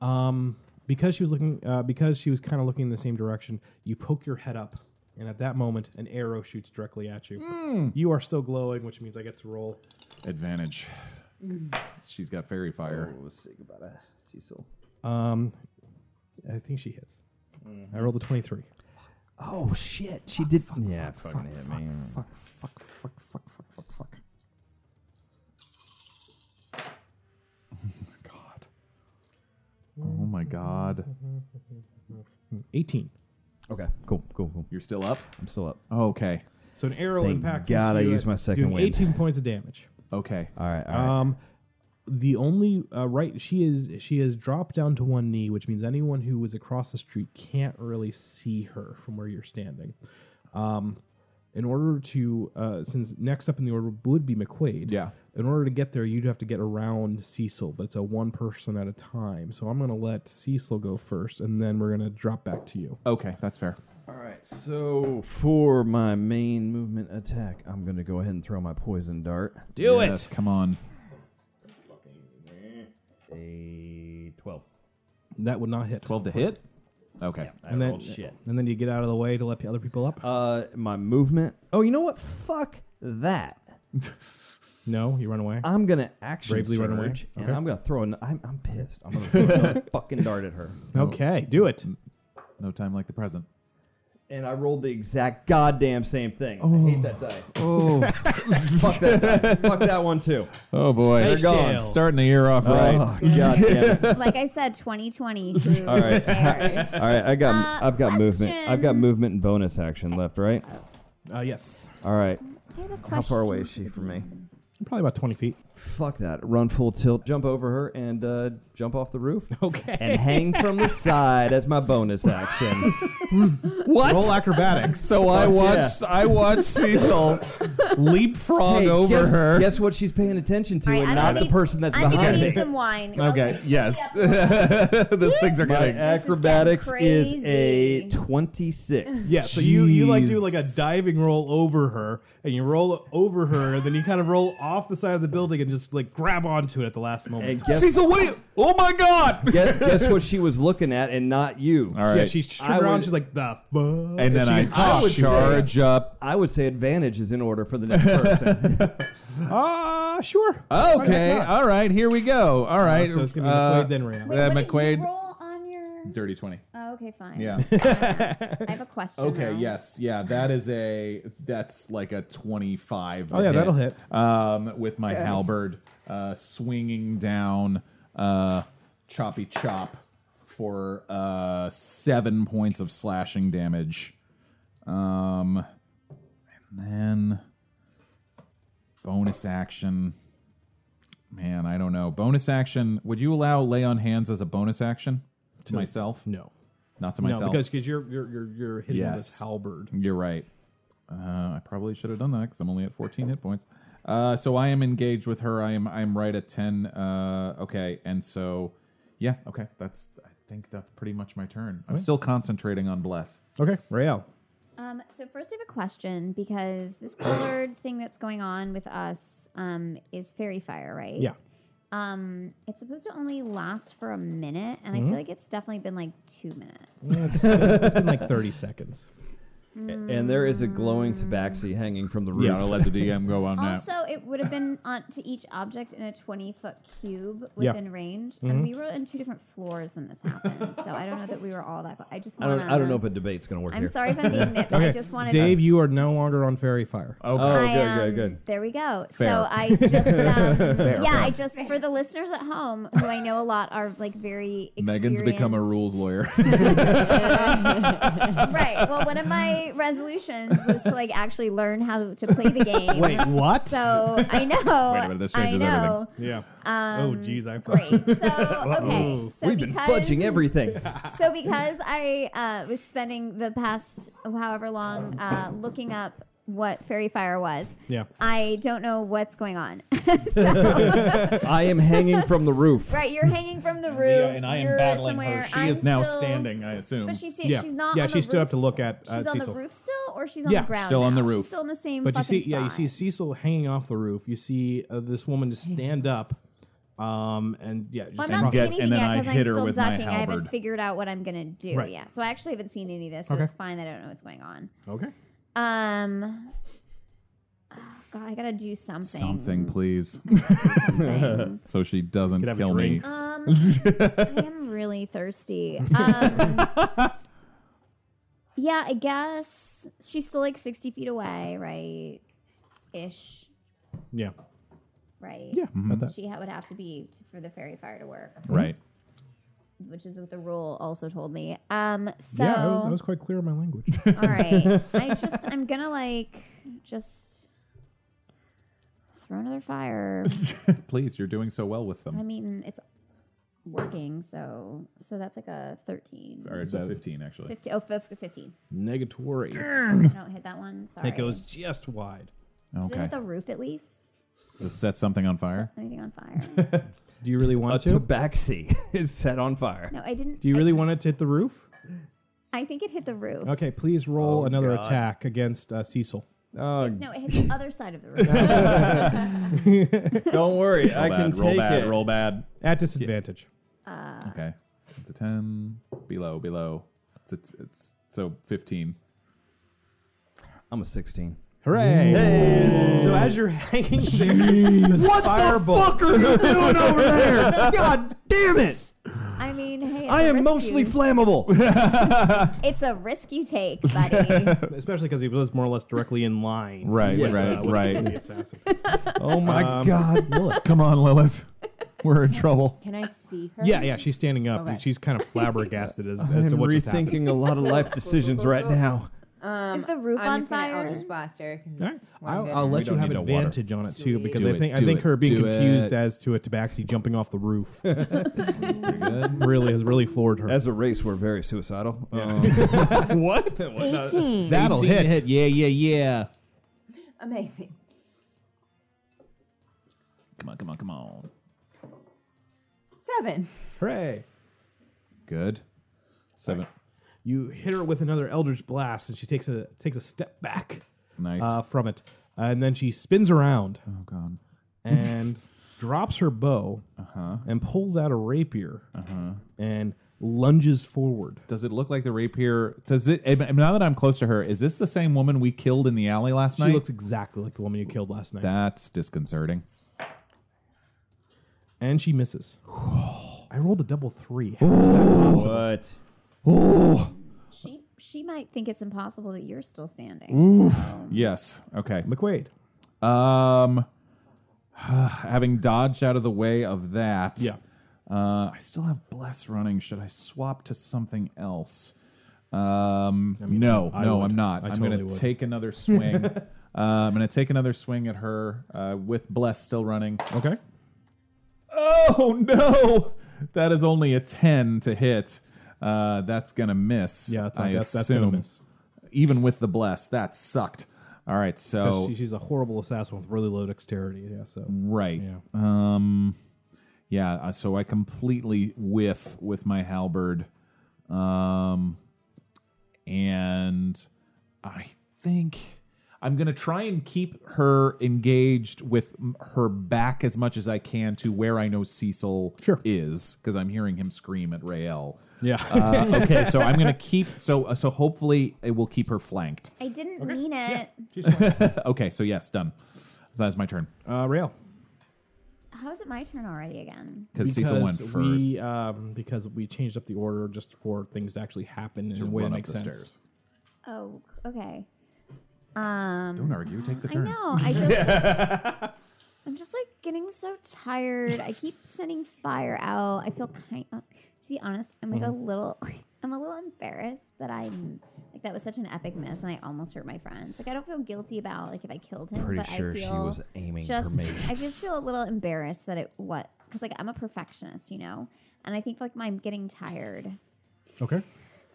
Um, because she was looking, uh, because she was kind of looking in the same direction, you poke your head up, and at that moment, an arrow shoots directly at you.
Hmm.
You are still glowing, which means I get to roll.
Advantage. She's got fairy fire.
Let's say goodbye to Cecil.
Um, I think she hits.
Mm-hmm.
I rolled a twenty-three.
Oh shit! She did. yeah, fucking hit me.
Fuck, fuck, fuck, fuck, fuck, fuck, fuck. Oh my god. Oh my god.
Eighteen.
Okay, cool, cool, cool.
You're still up?
I'm still up.
Okay.
So an arrow
Thank
impacts.
God
into
I
you
used
at-
my second
doing
wind.
Eighteen points of damage.
Okay.
All right, all right.
Um, the only uh, right she is she has dropped down to one knee, which means anyone who was across the street can't really see her from where you're standing. Um, in order to uh, since next up in the order would be McQuaid.
Yeah.
In order to get there, you'd have to get around Cecil, but it's a one person at a time. So I'm gonna let Cecil go first, and then we're gonna drop back to you.
Okay, that's fair.
All right, Uh, so for my main movement attack, I'm gonna go ahead and throw my poison dart.
Do
Yes, come on.
A twelve.
That would not hit.
12 to hit? Okay.
And then And then you get out of the way to let the other people up.
Uh, my movement. Oh, you know what? Fuck that.
no, you run away.
I'm gonna action
Bravely
surge,
run away.
and
Okay.
I'm gonna throw. An, I'm, I'm pissed. I'm gonna throw another fucking dart at her.
okay, do it.
No time like the present.
And I rolled the exact goddamn same thing. I hate that die.
Oh,
Fuck that. die. Fuck that one too.
oh boy.
They're gone.
Starting the year off
Oh,
right.
goddamn. it.
like I said, 2020. Who
All right.
cares?
All right, I got
Uh,
I've got movement.
question.
I've got movement and bonus action left, right?
Uh, yes,
All right.
I have a question.
How far away is she from me?
probably about twenty feet.
Fuck that. Run full tilt, jump over her, and uh, jump off the roof.
Okay.
And hang from the side as my bonus action. what?
Roll acrobatics.
So I
Fuck
watched I watched Cecil leapfrog
Hey,
over
guess,
her.
Guess what she's paying attention to
All right,
and
I'm
not
gonna
the
need-
person that's
I'm gonna
behind
need
it.
some wine.
Uh,
Okay, yes. These things are
My
getting
acrobatics is, a
crazy.
26.
Yeah, so you, you like do like a diving roll over her, and you roll over her, and then you kind of roll off the side of the building and just like grab onto it at the last
And
moment.
guess,
Cecil, what? you- Oh my god.
guess, guess what she was looking at and not you.
All right.
Yeah, she's
I
turned around.
would-
she's like the fuck.
and then I,
she "Oh, gets-
would
charge up.
I would say advantage is in order for the next person.
ah sure.
Okay. All right. Here we go. All right.
so it's gonna be McQuaid then Ram.
Wait,
Uh,
what did you
McQuaid-
roll on your-
Dirty 20.
Oh, okay, fine.
Yeah.
I have a question.
Okay,
now.
yes. Yeah, that is a that's like a 25.
Oh, yeah, that'll hit.
Um with my halberd uh swinging down uh choppy chop for uh 7 points of slashing damage. Um and then bonus action Man, I don't know. Bonus action. Would you allow lay on hands as a bonus action to myself?
No,
Not to
no,
myself.
because because you're you're you're, you're hitting this
Yes.
halberd.
You're right. Uh, I probably should have done that because I'm only at 14 hit points. Uh, so I am engaged with her. I am I am right at ten. Uh, okay, and so yeah, okay. That's I think that's pretty much my turn. I'm
Okay.
still concentrating on bless.
Okay, Rael.
Um, so first, I have a question because this colored thing that's going on with us um, is fairy fire, right?
Yeah.
Um, it's supposed to only last for a minute, and I
Mm-hmm.
Mhm.
feel like it's definitely been like two minutes.
Yeah, it's been, it's been like 30 seconds.
And there is a glowing tabaxi hanging from the roof.
Gotta let the DM go on that.
Also, it would have been on to each object in a 20 foot cube
Yeah.
within range.
Mhm.
Mm-hmm.
And we were in two different floors when this happened. so I don't know that we were all that. clo- I just
I
want
don't.
to.
I don't know if a debate's gonna work
I'm
here.
sorry if I'm being nitpicky. I just wanted to.
Dave, you are no longer on Fairy Fire.
Oh,
I,
good, good,
um,
good.
There we go.
Fair.
So I just, um,
Fair,
yeah, I just for the listeners at home who I know a lot are like very.
Megan's become a
experienced-
rules lawyer.
right. Well, one of my resolutions was to like actually learn how to play the game.
Wait, what?
So I know.
Wait a minute, this changes
I know.
everything.
yeah.
Um,
Oh, geez, I-
great. So okay,
Uh-oh.
so
We've been
because-
fudging everything.
So because I uh, was spending the past however long uh, looking up what fairy fire was,
Yeah.
I don't know what's going on. so,
I am hanging from the roof.
right, you're hanging from the roof, you're somewhere.
She
I'm
is now
still-
standing. I assume.
But she's sta-
yeah.
she's not.
Yeah,
on the
she stood
roof.
up to look at uh,
She's on
Cecil.
the roof still, or she's on
Yeah,
the ground.
still on
now?
the roof.
She's still in the same.
But you
fucking
see, yeah, you
spot.
see Cecil hanging off the roof. You see uh, this woman just stand up, um, and yeah, just
Well, I'm
And
not
get-
seeing anything
and then
yet
I
because I'm
hit her
still
with my
ducking. I haven't
halberd.
figured out what I'm gonna do
Right.
yet, so I actually haven't seen any of this, so
Okay.
it's fine. I don't know what's going on.
okay.
Um, oh, God, I gotta do something.
Something, please,
Something.
so she doesn't
Could have a
kill me.
drink.
um, I am really thirsty. Um, yeah, I guess she's still like sixty feet away, right? Ish,
Yeah,
right?
yeah, about that.
She ha- would have to be t- for the fairy fire to work,
Mm-hmm. right.
which is what the rule also told me. Um, so
yeah, I was, I was quite clear in my language.
All right. I just, I'm gonna like just throw another fire.
please, you're doing so well with
I
them.
mean, it's working, so so that's like a 13.
All right, so fifteen actually.
50, oh, fif- 15.
Negatory.
I don't hit that one. Sorry.
It goes just wide.
Does it
Okay,
hit the roof at least?
Does it set something on fire.
Anything on fire?
Do you really
A
want to?
tabaxi is set on fire.
no, I didn't.
Do you really want it to hit the roof?
I, I think it hit the roof.
Okay, please roll
Oh,
another
God.
attack against uh, Cecil.
Oh,
No, it hit the other side of the roof.
don't worry,
Roll
I
bad,
can
roll
take
bad,
it.
roll bad.
At disadvantage.
uh,
Okay, it's a ten. Below, below. It's it's, it's so fifteen.
I'm a 16.
Hooray! So as you're hanging there, this fireball.
are you doing over there? God damn it!
I mean, hey, it's
I
a
am
risk
mostly
you-
flammable.
it's a risk you take, buddy.
Especially because he was more or less directly in line.
Right,
with,
right,
uh, with
right.
The assassin.
oh my
Um,
god.
Come on, Lilith. We're in trouble.
Can I see her?
Yeah, yeah, she's standing up.
Okay.
She's kind of flabbergasted as, as
I'm
to what just happened.
rethinking a lot of life decisions right now.
Um,
Is the roof
I'm
on
just gonna
fire?
Eldritch blast her. 'cause
All right.
it's what I'm
I'll,
good
I'll
at.
let
don't
you have
need to water.
advantage on it too, because
Do
I
it,
think I
do
think
it,
her being
do
confused
it.
as to a tabaxi jumping off the roof
That's pretty good.
really has really floored her.
As a race, we're very suicidal. Um,
what?
Mm-hmm.
18.
That'll hit.
Yeah, yeah, yeah.
Amazing.
Come on, come on, come on.
Seven.
Hooray!
Good. Seven.
You hit her with another Eldritch blast, and she takes a takes a step back
Nice.
uh, from it, and then she spins around
oh god.
and drops her bow
Uh huh.
and pulls out a rapier
Uh huh.
and lunges forward.
Does it look like the rapier? Does it? eh, Now that I'm close to her, is this the same woman we killed in the alley last
She
night?
looks exactly like the woman you killed last night,
That's disconcerting.
and she misses. I rolled a double three.
What?
Oh.
She she might think it's impossible that you're still standing.
Yes. Okay.
McQuaid.
Um, having dodged out of the way of that.
Yeah.
Uh, I still have bless running. Should I swap to something else? Um, no,
I
no,
would.
I'm not.
I
I'm
totally
gonna
would.
take another swing. uh, I'm gonna take another swing at her uh, with bless still running.
Okay.
Oh no, that is only a ten to hit. Uh, that's gonna miss.
Yeah, that's,
I
that's, that's gonna
assume.
miss.
Even with the bless, that sucked. All right,
'Cause
so
she- she's a horrible assassin with really low dexterity. Yeah, so
right.
yeah.
Um, yeah. uh, So I completely whiff with my halberd, um, and I think I'm gonna try and keep her engaged with m- her back as much as I can to where I know Cecil
Sure.
is because I'm hearing him scream at Rael.
Yeah.
Uh, okay, so I'm gonna keep so uh, so hopefully it will keep her flanked.
I didn't mean it.
she's fine.
okay, so yes, done. That's my turn
uh, Rail.
How is it my turn already again?
because Cecil went first.
we um, because we changed up the order just for things to actually happen in
to
a way that
run up
makes
the
sense.
stairs.
Oh, okay. Um,
Don't argue. Take the
I
turn.
know. I just, I'm just like getting so tired. I keep sending fire out. I feel kind. Of, to be honest, I'm like
Mm-hmm.
a little. I'm a little embarrassed that I like that was such an epic miss, and I almost hurt my friends. Like I don't feel guilty about like if I killed him,
Pretty
but I
sure
feel
she was aiming
just
for me.
I just feel a little embarrassed that it what because like I'm a perfectionist, you know, and I think like I'm getting tired.
Okay.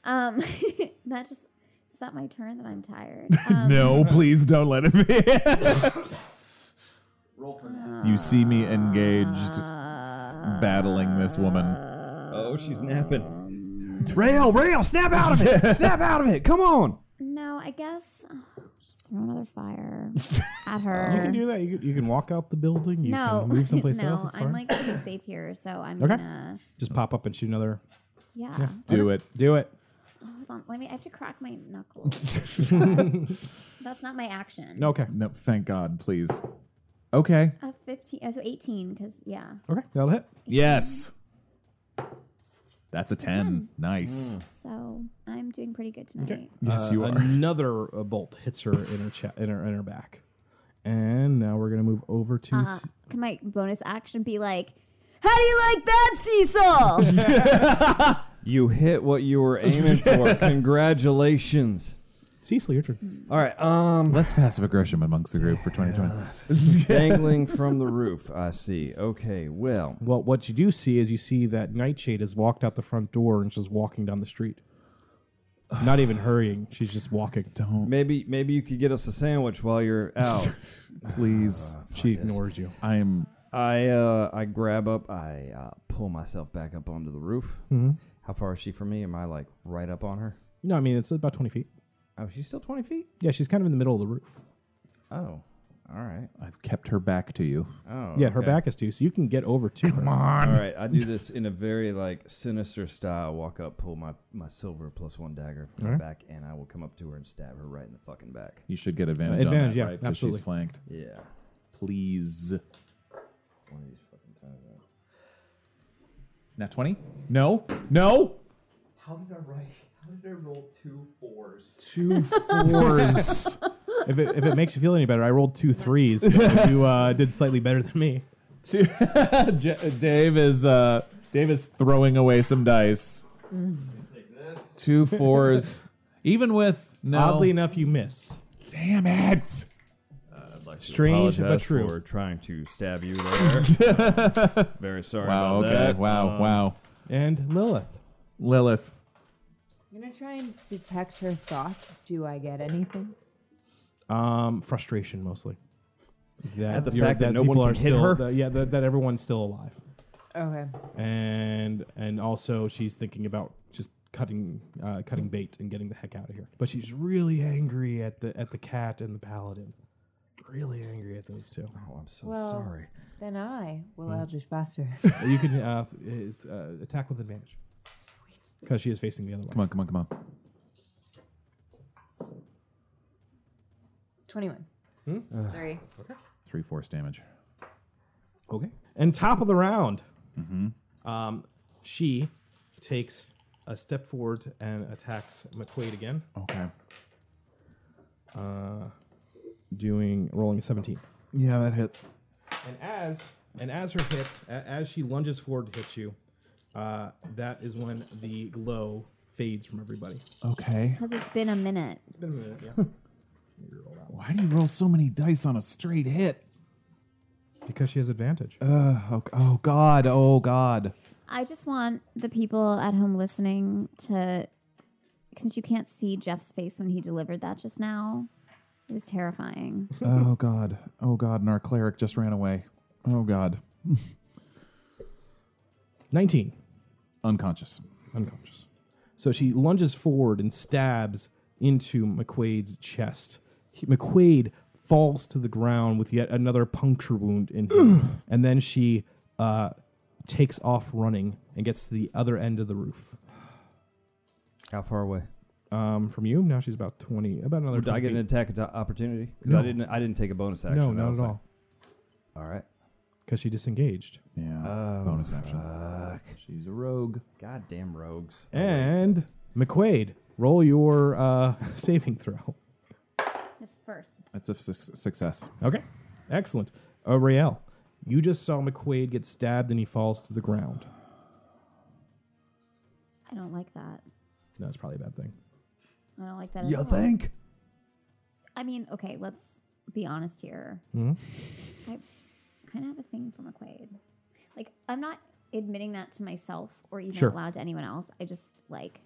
Um, that just is that my turn that I'm tired. Um,
please don't let it be.
uh,
you see me engaged,
uh,
battling this woman.
Oh, she's napping.
Rail, Rail, snap out of it.
Snap out of it! Come on!
No, I guess oh, just throw another fire at her.
You can do that. You can, you can walk out the building. You
no,
can move someplace
no,
else. It's fine.
I'm like pretty safe here, so I'm
Okay.
gonna
just pop up and shoot another.
yeah.
Yeah.
Do it.
Do it.
Oh, hold on, let me. I have to crack my knuckles. That's not my action.
No, Okay.
No, thank God, please. Okay.
A fifteen, uh, so eighteen, because yeah.
Okay. That'll hit.
Yes. That's a ten. Nice.
So I'm doing pretty good tonight.
Yes,
Uh,
you are.
Another uh, bolt hits her in her chest, in her in her back, and now we're gonna move over to.
Uh,
s-
can my bonus action be like, "How do you like that, Cecil?"
You hit what you were aiming for. Congratulations.
Cecil, your turn.
All right. Um,
Less passive aggression amongst the group for 2020.
dangling from the roof. I see. Okay. Well,
Well, what you do see is you see that Nightshade has walked out the front door and she's walking down the street. Not even hurrying, she's just walking.
don't
maybe maybe you could get us a sandwich while you're out.
please.
She ignores you.
I am.
I uh, I grab up. I uh, pull myself back up onto the roof.
Mm-hmm.
How far is she from me? Am I like right up on her?
No, I mean it's about twenty feet.
Oh, she's still twenty feet.
Yeah, she's kind of in the middle of the roof.
Oh, all right.
I've kept her back to you.
Oh,
Yeah, her
okay.
back is to you, so you can get over to her.
All right, I do this in a very like sinister style. Walk up, pull my my silver plus one dagger from my
Alright.
back, and I will come up to her and stab her right in the fucking back.
You should get advantage. on
Advantage,
that,
yeah,
right? 'Cause
absolutely.
She's flanked.
Yeah.
Please.
One of these fucking times.
Not 20? No. No.
How did I write? How did I roll two fours?
Two fours.
If it, if it makes you feel any better, I rolled two threes. So you uh, did slightly better than me.
Two. J- Dave is uh, Dave is throwing away some dice. Two fours. Even with no.
Oddly enough, you miss.
damn it.
Strange but
Apologize
true.
for trying to stab you there. very sorry
Wow.
about
Okay.
that.
Wow.
Um,
wow.
And Lilith.
Lilith.
I'm gonna try and detect her thoughts. Do I get anything?
Um, frustration mostly. That
At the
you're-
fact that no
people
one
are
can hit
still,
her?
that- yeah, that, that everyone's still alive,
Okay.
and and also she's thinking about just cutting uh, cutting bait and getting the heck out of here. But she's really angry at the at the cat and the paladin. Really angry at those two.
Oh, I'm so
Well-
sorry.
Then I will
Hmm.
Eldritch Blast her.
Oh.
you can uh, it's, uh, attack with advantage because she is facing the other
Come
one.
on. Come on. Come on.
21.
Hmm?
Sorry.
Three force damage.
Okay. And top of the round,
Mm-hmm.
um, she takes a step forward and attacks McQuaid again.
Okay.
uh, doing rolling a 17.
Yeah, that hits.
And as and as her hit, a- as she lunges forward to hit you, uh, that is when the glow fades from everybody.
Okay.
Because it's been a minute.
It's been a minute, yeah.
Why do you roll so many dice on a straight hit?
Because she has advantage.
Uh, oh, oh God. Oh God.
I just want the people at home listening to, since you can't see Jeff's face when he delivered that just now, It was terrifying.
oh god. Oh god, and our cleric just ran away. Oh god.
19.
Unconscious.
unconscious. So she lunges forward and stabs into McQuaid's chest. He, McQuaid falls to the ground with yet another puncture wound in him, and then she uh, takes off running and gets to the other end of the roof.
How far away?
Um, from you, now she's about twenty, about another.
Did I
20
get an
feet.
attack at- opportunity? Because
No.
I didn't. I didn't take a bonus action.
No,
I
not
was
at
like-
all,
All right.
because she disengaged.
Yeah.
Oh,
Bonus action.
Fuck.
She's a rogue.
Goddamn rogues.
And McQuaid, roll your uh, saving throw.
Miss first.
That's a su- success.
Okay. Excellent. Ariel, you just saw McQuaid get stabbed and he falls to the ground.
I don't like that.
No, That's probably a bad thing.
I don't like that. at
You
all.
think?
I mean, okay, let's be honest here.
Hmm?
Mhm.
I kind of have a thing for McQuaid. Like, I'm not admitting that to myself or even
Sure.
out loud to anyone else. I just like,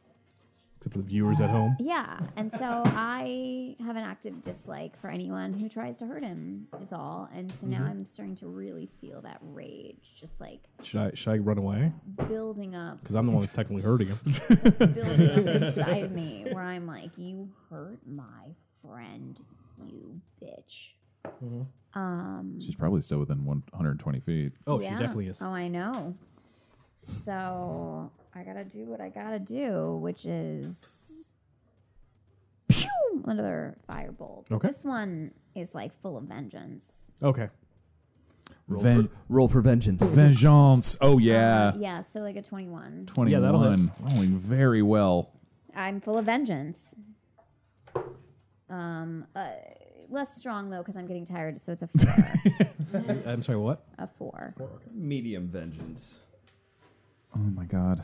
Except for the viewers at home.
yeah. And so I have an active dislike for anyone who tries to hurt him, is all. And so now I'm starting to really feel that rage, just like
Should I should I run away?
building up,
Because I'm the one that's technically hurting him.
building up inside me, where I'm like, you hurt my friend, you bitch. Um,
She's probably still within 120 feet.
Oh,
Yeah.
she definitely is.
Oh, I know. So I gotta do what I gotta do, which is pew, another firebolt.
Okay.
This one is like full of vengeance.
Okay. Roll
Ven-
Roll for vengeance.
vengeance. Oh yeah.
Uh, yeah. So like a twenty-one.
21.
Yeah, that'll hit.
Rolling very well.
I'm full of vengeance. Um, uh, less strong though because I'm getting tired. So it's a four.
I'm sorry, what?
a four.
Medium vengeance.
Oh my god.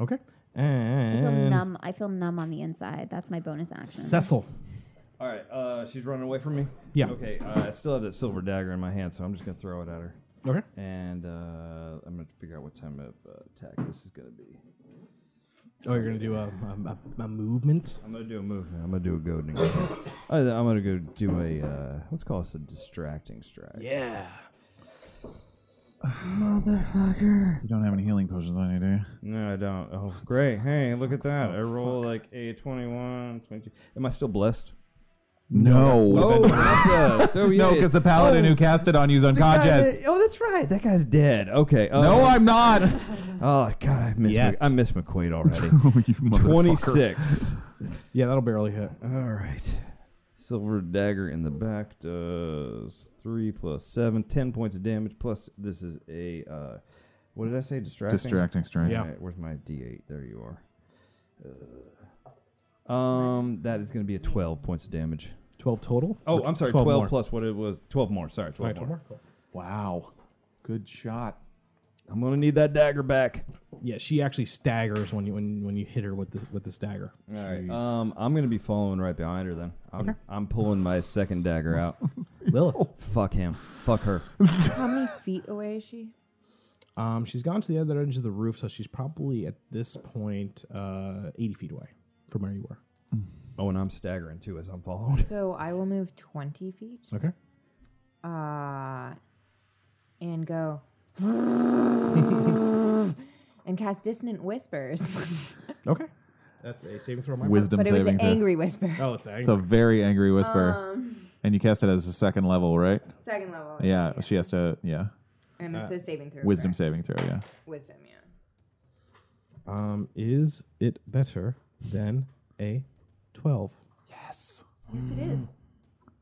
Okay.
I feel
And
numb. I feel numb on the inside. That's my bonus action.
Cecil.
All right. Uh, she's running away from me.
Yeah.
Okay. Uh, I still have that silver dagger in my hand, so I'm just gonna throw it at her.
Okay.
And uh, I'm gonna figure out what time of uh, attack this is gonna be.
Oh, you're gonna do a, a, a, a movement?
I'm gonna do a movement. I'm gonna do a goading. I- I'm gonna go do a uh, let's call this a distracting strike.
Yeah.
You don't have any healing potions on you, do you?
No, I don't. Oh, great. Hey, look at that. I roll like a 21, 22. Am I still blessed?
No. Oh,
yes. Oh,
no, because the paladin who cast it on you is unconscious.
oh, that's right. That guy's dead. Okay. Oh,
no, I'm not.
Oh, God. I miss,
Yet.
Mc, I miss McQuaid already.
Oh, you motherfucker.
26.
Yeah, that'll barely hit.
All right. Silver dagger in the back does 3 plus 7, 10 points of damage. Plus, this is a, uh, what did I say? Distracting?
Distracting strike.
Yeah.
All right, where's my D8? There you are. Uh, um, that is going to be a 12 points of damage.
Twelve total?
Oh,
Or
I'm sorry, 12,
more?
plus what it was. 12 more. Sorry, 12
All right,
more.
12 more.
Wow. Good shot.
I'm going to need that dagger back.
Yeah, she actually staggers when you when, when you hit her with this with this dagger.
All right. Um, I'm going to be following right behind her then. I'm, I'm pulling my second dagger out.
Lilith.
Fuck him. Fuck her.
How many feet away is she?
Um, she's gone to the other edge of the roof, so she's probably at this point uh, eighty feet away from where you were.
Oh, and I'm staggering too as I'm following.
So I will move 20 feet
Okay.
uh, and go and cast dissonant whispers.
Okay. That's a saving throw on my part.
Wisdom
but it was
saving
an
throw.
angry whisper.
Oh, it's angry.
It's a very angry whisper.
Um,
and you cast it as a second level, right?
second level.
Yeah. She has to, yeah.
And
Uh,
it's a saving throw.
Wisdom
correct?
saving throw, yeah.
Wisdom, yeah.
Um, is it better than a 12?
Yes, it is.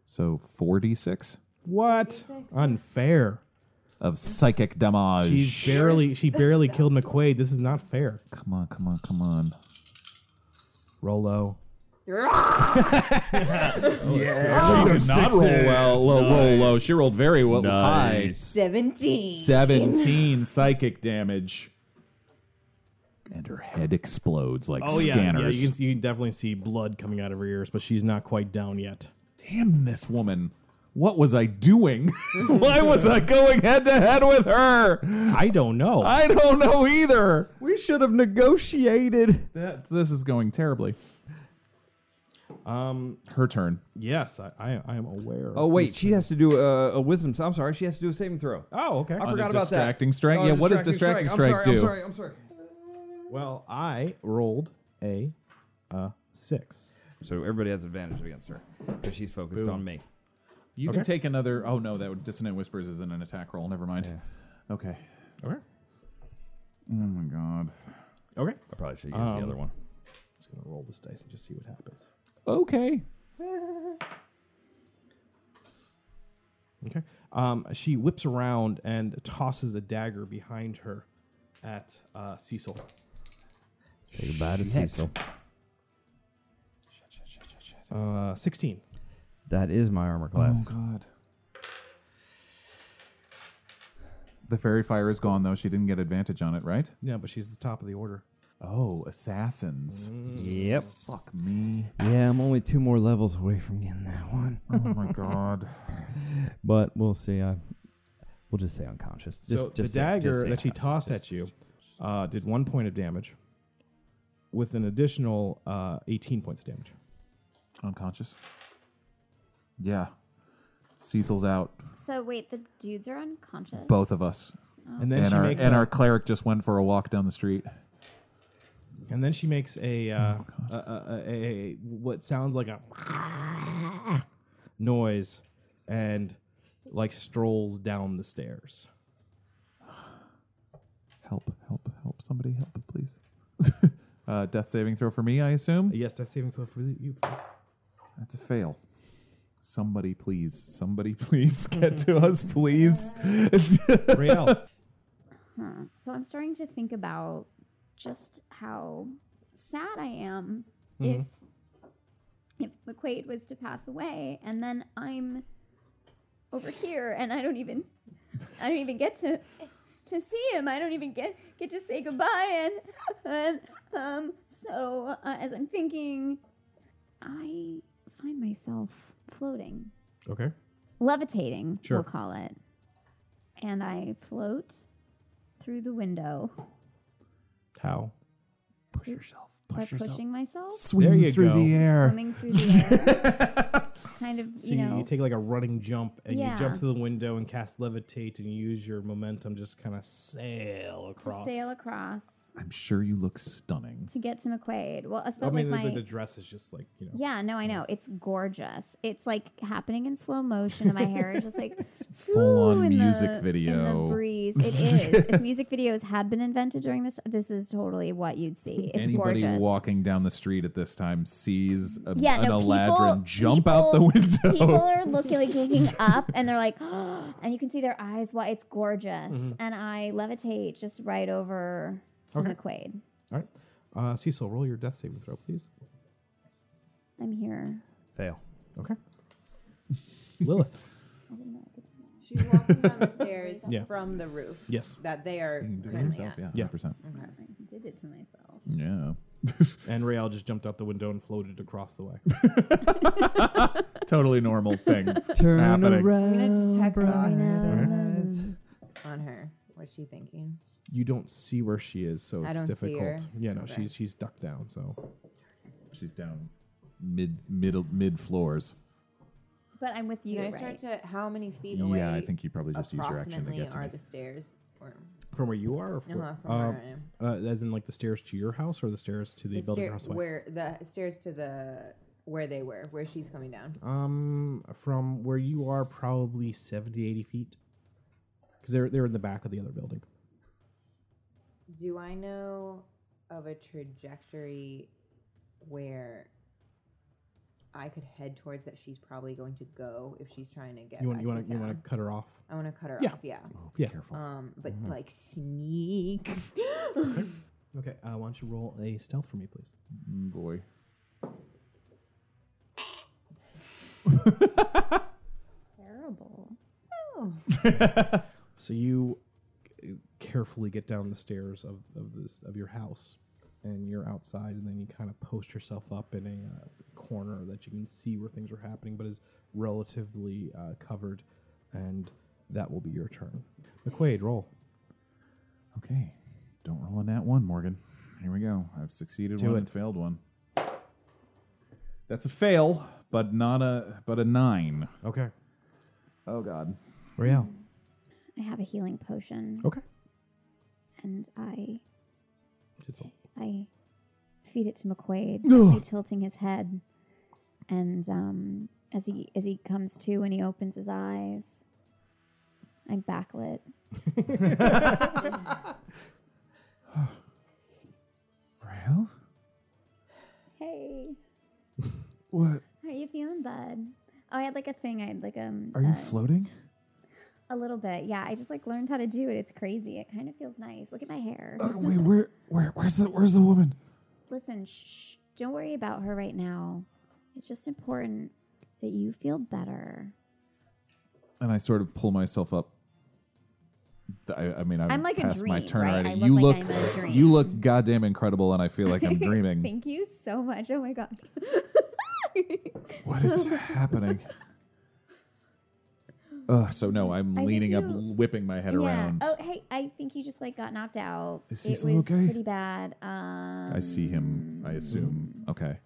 So 46
What? Unfair.
of psychic damage.
She's barely she barely killed McQuaid. This is not fair.
Come on, come on, come on.
Rolo.
She did not roll well. Low, Roll low. She rolled very well, high.
17.
17 psychic damage. And her head explodes like scanners.
Oh, you, can, you can definitely see blood coming out of her ears, but she's not quite down yet.
Damn this woman. What was I doing? Why was I going head to head with her?
I don't know.
I don't know either.
We should have negotiated.
That, this is going terribly.
Um,
Her turn.
yes, I, I, I am aware.
Oh
of
wait,
these
she
things.
has to do a, a wisdom. I'm sorry, she has to do a saving throw.
Oh, okay.
I
On a
forgot about that.
distracting strike?
Oh,
Yeah, what does distracting strike
I'm
do?
sorry, I'm sorry, I'm
Well, I rolled a uh, six.
sorry. So everybody has advantage against her because she's focused
Boom.
on me.
You can
Okay.
take another. Oh no, that would dissonant whispers isn't an attack roll. Never mind. Okay.
Okay.
Oh my god.
Okay.
I probably should use
Um,
the other one.
just gonna roll this dice and just see what happens.
Okay.
Okay. Um, she whips around and tosses a dagger behind her at uh, Cecil.
Say goodbye to Cecil.
Uh, 16.
That is my armor class.
Oh god. The fairy fire is gone though. She didn't get advantage on it, right?
Yeah, but she's the top of the order.
Oh, assassins.
Yep.
Fuck me.
Yeah, I'm only two more levels away from getting that one,
Oh my god.
but we'll see. I we'll just say unconscious. Just,
so the
just say- just
dagger
say
that she
unconscious.
tossed at you uh, did one point of damage with an additional uh, 18 points of damage.
Unconscious. Yeah. Cecil's out.
So wait, the dudes are unconscious.
Both of us.
And then
and
she
our
makes
and
a,
our cleric just went for a walk down the street.
and then she makes a, uh, a, a, a, a what sounds like a noise and like strolls down the stairs.
Help, help, help. Somebody help, please. uh, death saving throw for me, I assume.
Yes, that's saving throw for you. Please.
That's a fail. Somebody, please. Somebody, please get to us, please.
Rael.
Huh. Uh-huh. So I'm starting to think about just how sad I am if if McQuaid was to pass away, and then I'm over here, and I don't even I don't even get to to see him. I don't even get get to say goodbye, and and um. So uh, as I'm thinking, I find myself floating
okay.
levitating,
Sure.
we'll call it. And I float through the window
How?
Push
yourself, by pushing myself,
There you
through
go.
the air.
swimming through the air. kind of,
So
you
you,
know,
you take like a running jump and you
Yeah.
jump through the window and cast levitate and you use your momentum just kind of sail
to
across.
sail across
I'm sure you look stunning.
to get to McQuaid. Well,
I
especially
mean,
with my.
the, the dress is just like, you know.
yeah, no, I know. It's gorgeous. It's like happening in slow motion, and my hair is just like
full on
ooh, in
music
the- in
video.
the breeze. It is. if music videos had been invented during this, this is totally what you'd see. It's
Anybody
gorgeous.
walking down the street at this time sees a,
Yeah,
an
no, people-
Eladrin jump out the
people-
window.
Oh.
people are looking like looking up and they're like and you can see their eyes why it's gorgeous and i levitate just right over to
Mm-hmm. Okay.
mcquade
All right. Uh, Cecil, roll your death saving throw, please.
i'm here
fail.
Okay. Lilith.
She's walking down the stairs
Yeah.
from the roof
yes.
that they are
You can do it
currently
yourself,
at.
yeah,
Yeah.
100%.
Okay.
i did it to myself
Yeah.
And Rael just jumped out the window and floated across the way.
totally normal things.
Turn
Ah.
Happening.
I'm gonna detect
eyes.
thoughts on her. What's she thinking?
You don't see where she is, so
I
it's
don't see
difficult.
her.
Yeah, no,
Okay.
she's she's ducked down, so
She's down mid middle mid floors.
but i'm with you
You guys
right?
start to how many feet away?
Yeah, I think you probably just use your action to
approximately
get to
are
me.
the stairs. Or,
from where you are or
no, not from
uh,
where I am.
uh, as in like the stairs to your house or the stairs to the,
the
building
stair-
across the way?
where the stairs to the where they were, where she's coming down.
Um, from where you are, probably 70, 80 feet. Because they're, they're in the back of the other building.
Do I know of a trajectory where I could head towards that she's probably going to go if she's trying to get?
You want
back
you want
to
to you
town?
want to cut her off.
I want to cut her
Yeah.
off. Yeah.
Oh, be
Yeah.
careful. Mm-hmm.
Um, but like sneak.
Okay, uh, why don't you roll a stealth for me, please?
Mm, boy.
terrible
oh.
So you c- carefully get down the stairs of, of this of your house, and you're outside, and then you kind of post yourself up in a uh, corner that you can see where things are happening, but is relatively uh, covered, and that will be your turn. McQuaid, roll.
Okay. Don't roll on that one, Morgan. Here we go. I've succeeded
Do
one
it.
and failed one. That's a fail, but not a but a nine.
Okay.
Oh God.
Real.
I have a healing potion.
Okay.
And I
Just a-
I feed it to McQuaid,
Ugh.
he tilting his head. And um, as he as he comes to and he opens his eyes, I'm backlit.
Rael,
Hey,
what
how you feeling, bud? Oh, I had like a thing. I had like um.
are you
uh,
floating?
A little bit, yeah. I just like learned how to do it. It's crazy. It kind of feels nice. Look at my hair.
Uh, wait, where where where's the where's the woman?
Listen, shh. Don't worry about her right now. It's just important that you feel better.
And I sort of pull myself up. Th- I, I mean, I'm,
I'm like a
past my
dream,
turn
right?
already.
I
you
look
look,
like I'm a dream.
you look goddamn incredible, and I feel like I'm dreaming.
Thank you so much. Oh my god.
what is happening? Ugh, so no, I'm
I think
leaning up,
you-
whipping my head
yeah.
around.
Oh hey, I think you just like got knocked out.
Is he
it
still
was
okay?
pretty bad. Um,
I see him. I assume. Okay.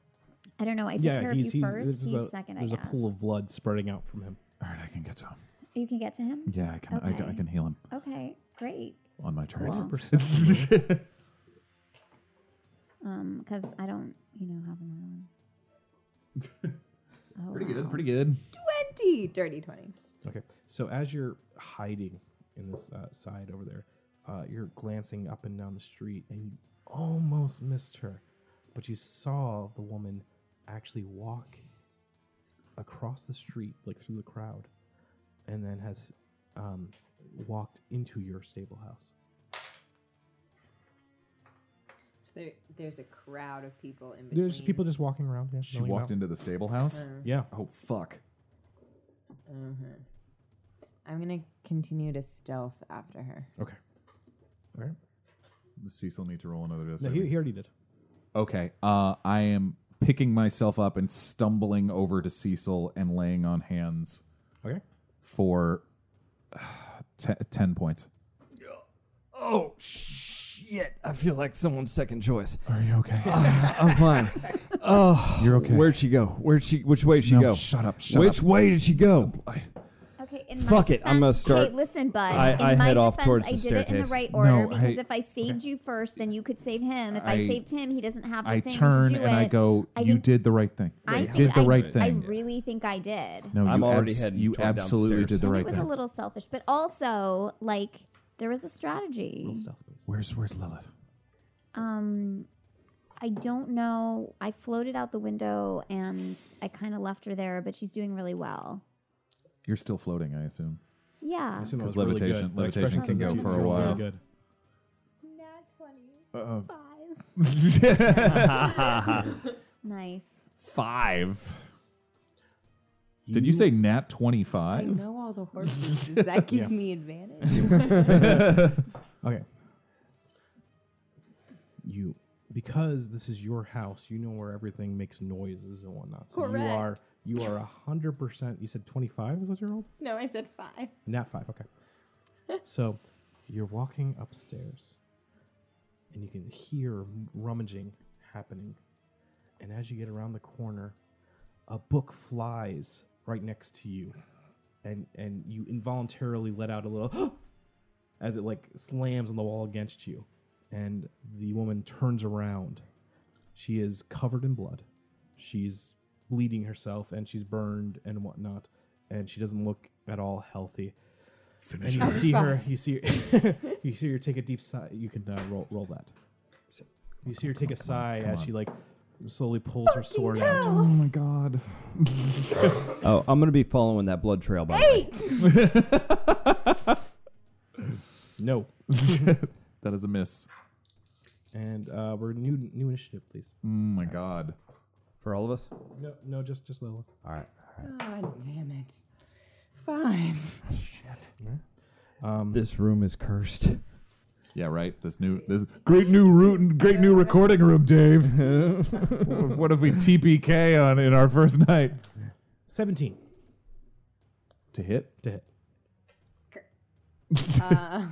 I don't know. I took
yeah,
care
he's,
of you
he's,
first.
this is
He's
a,
second.
There's
I
a
guess.
pool of blood spurting out from him.
All right, I can get to him.
You can get to him.
Yeah, I can. I, can- I
Okay.
can heal him
Okay, great.
on my turn.
Roll your
perception.
Um, because I don't, you know, have another one. Oh, wow.
good.
Twenty, dirty twenty.
Okay. So as you're hiding in this uh, side over there, uh, you're glancing up and down the street, and you almost missed her, but you saw the woman actually walk across the street, like through the crowd, and then has um, walked into your stable house.
So there, there's a crowd of people in between.
There's people just walking around. Yeah,
She
milling
walked
about.
into the stable house.
Uh.
Mm,
Yeah.
Oh fuck!
mhm. I'm gonna continue to stealth after her.
All right.
Does Cecil need to roll another
No,
discipline?
he, he already did.
Okay. Uh, I am picking myself up and stumbling over to Cecil and laying on hands.
Okay.
For te- ten points.
Oh shit! I feel like someone's second choice.
Are you okay?
I'm fine. Oh,
You're okay.
Where'd she go? Where'd she? Which way did she
No,
go?
Shut up. Shut
which
up.
way did she go?
I-
Oh. Okay, in
Fuck
my
it, I'm gonna
defense-
start-
Hey, listen, bud.
I-
in
I
my
head off
defense,
towards
I
the
did it in the
staircase.
right
No,
order because
hey-
if I saved you first, then you could save him. If I,
I-
saved him, he doesn't have the
I
thing
turn
to do
and
it.
I go.
I
you
think-
did the right thing.
I
you
think
did the
I-
right
I
thing.
really think I did.
no,
I'm
you
already
abs-
heading
You
toward
absolutely
downstairs.
did the
and
right
it was
thing.
a little selfish, but also like there was a
Roll
strategy.
stealth, please.
Where's Where's Lilith?
Um, I don't know. I floated out the window and I kind of left her there, but she's doing really well.
You're still floating, I assume.
Yeah.
I assume that
'Cause
was really good.
levitation-
The
levitation
expression says
can go
that you
for a
were really
while.
good.
Nat twenty.
Five.
Five.
Nice.
Did you say nat twenty
I
five?
know all the horses. Does that give
Yeah.
me advantage?
Okay. You, because this is your house, you know where everything makes noises and whatnot. So you are you are a hundred percent. You said twenty five is what you rolled.
no, I said five.
Not five. Okay. so you're walking upstairs, and you can hear rummaging happening. And as you get around the corner, a book flies right next to you, and and you involuntarily let out a little as it like slams on the wall against you. And the woman turns around. She is covered in blood. She's bleeding herself, and she's burned and whatnot. And she doesn't look at all healthy. and you
her.
see her.
Fast.
You see. Her, you see her take a deep sigh. You can uh, roll roll that. You see her take a sigh
come
as
on.
she like slowly pulls her sword out.
Oh my god.
Oh, I'm gonna be following that blood trail. By the way.
No.
that is a miss.
And uh, we're new new initiative, please.
Oh my god.
for all of us.
No, no, just just Lilith.
All right.
God damn it. Five.
Um,
This room is cursed.
Yeah, right. This new this great new root great new recording room, Dave. what if we TPK on in our first night?
seventeen
To hit?
to hit.
Uh,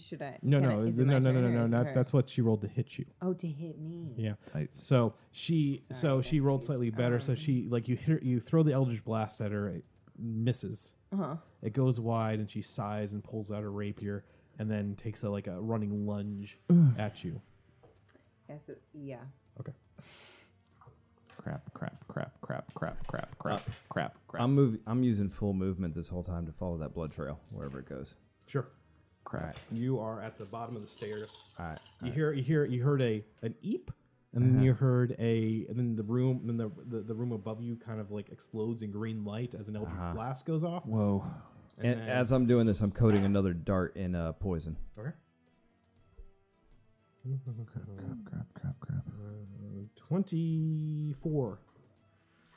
Should I?
No,
can I-
no,
is it
the- no, no, no,
my
no,
turn or
no,
is it
not-
her?
That's what she rolled to hit you.
Oh, to hit me.
Yeah.
Tight.
So she,
Sorry,
so
I
she rolled
confused.
slightly better. So
Um,
she, like, you hit, her, you throw the eldritch blast at her, it misses.
Uh-huh.
It goes wide, and she sighs and pulls out her rapier, and then takes a like a running lunge at you.
Yes. It, yeah.
Crap, crap, crap, crap, crap, crap, crap, crap, crap,
I'm move. I'm using full movement this whole time to follow that blood trail wherever it goes.
Sure.
crap.
You are at the bottom of the stairs.
All right.
You hear, you hear, you heard a an eep, and then you heard a, and then the room, and then the, the the room above you kind of like explodes in green light as an eldritch
Uh-huh.
blast goes off.
Whoa.
And
then-
as I'm doing this, I'm coating another dart in uh, poison.
Okay.
Crap, crap, crap, crap.
Twenty-four.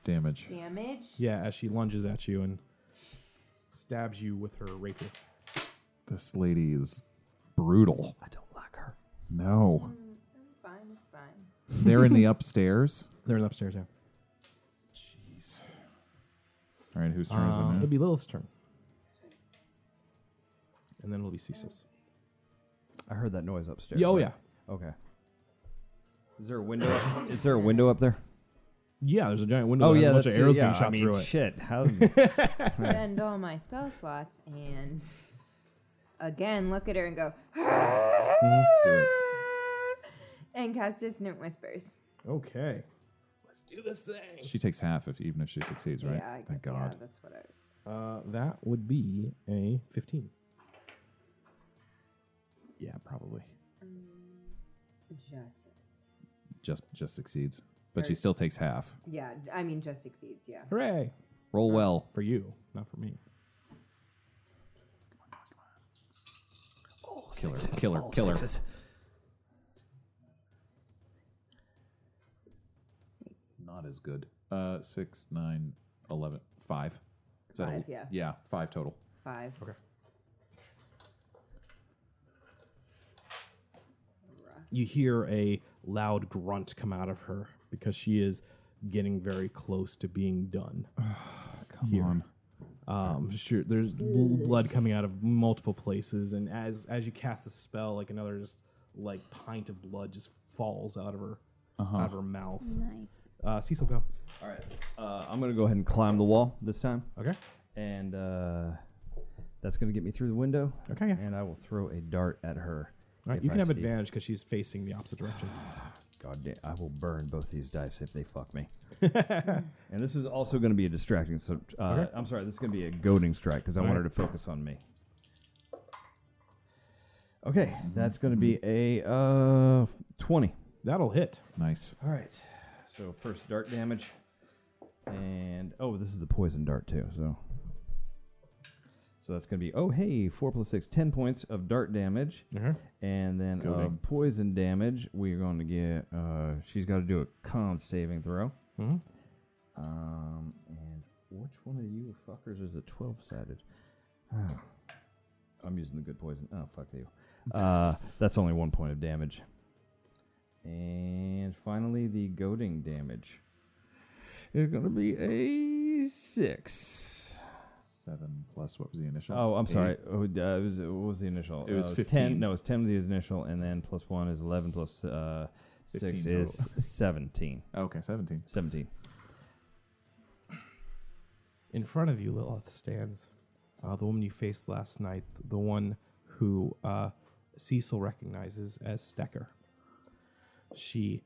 Damage.
Damage.
Yeah, as she lunges at you and stabs you with her rapier.
This lady is brutal.
I don't like her.
No.
Mm, I'm fine. It's fine.
They're in the upstairs.
They're upstairs now.
Jeez. All right, whose turn
Um,
is
it'll
it? now?
be Lilith's turn, and then it'll be Cecil's.
I heard that noise upstairs.
Yeah, oh
right?
yeah,
Okay. Is there a window? Up, is there a window up there?
Oh, yeah. There's a giant window. that has a bunch of
that's-
arrows
Oh, yeah,
being shot
I mean,
through it.
Shit. How?
Spend all my spell slots and again look at her and go
Do it.
and cast dissonant whispers.
Okay.
She takes half, if even if she succeeds, right?
Yeah. I
Thank
guess-
God.
Yeah, that's what I was.
Uh, that would be a 15.
Yeah, probably.
Just hits.
Just just succeeds, but she
Very-
still takes half.
Yeah. I mean, just succeeds. Yeah.
Hooray!
Roll well.
For you, not for me.
Killer, killer, killer. Not as good. Uh, six, nine, eleven, five. Is that a-
Five, yeah.
Yeah, five total.
Five.
Okay. You hear a loud grunt come out of her because she is getting very close to being done.
Come on.
Um, sure, there's bl- blood coming out of multiple places, and as as you cast the spell, like another just like pint of blood just falls out of her
Uh-huh.
out of her mouth.
Nice.
Uh, Cecil, go.
All right. Uh, I'm gonna go ahead and climb the wall this time,
Okay.
and uh, that's gonna get me through the window.
Okay, yeah.
And I will throw a dart at her.
All right,
if
you can
I
have
see-
advantage because she's facing the opposite direction.
God damn, I will burn both these dice if they fuck me. and this is also going to be a distracting. So, uh,
Okay.
I'm sorry, this is going to be a goading strike because I
All
want her to
right.
focus on me. Okay, that's going to be a uh, 20.
That'll hit.
Nice.
All right, so first dart damage. And oh, this is the poison dart too. So, so that's going to be oh hey four plus six ten points of dart damage.
Uh-huh.
And then uh,
Goading.
poison damage, we're going to get. Uh, she's got to do a con saving throw.
Mhm.
Um, and which one of you fuckers is a twelve sided? Ah, I'm using the good poison. Oh fuck you. Uh, that's only one point of damage. And finally, the goading damage. It's going to be a six.
Seven plus what was the initial?
Oh, I'm
Eight.
sorry. Oh, uh, it was, what was the initial?
It was
Uh,
15.
Ten, no, it was ten was the initial, and then plus one is eleven. Plus uh, six
15
is seventeen.
Okay, seventeen.
Seventeen.
In front of you, Lilith stands uh, the woman you faced last night, the one who uh, Cecil recognizes as Stecker. She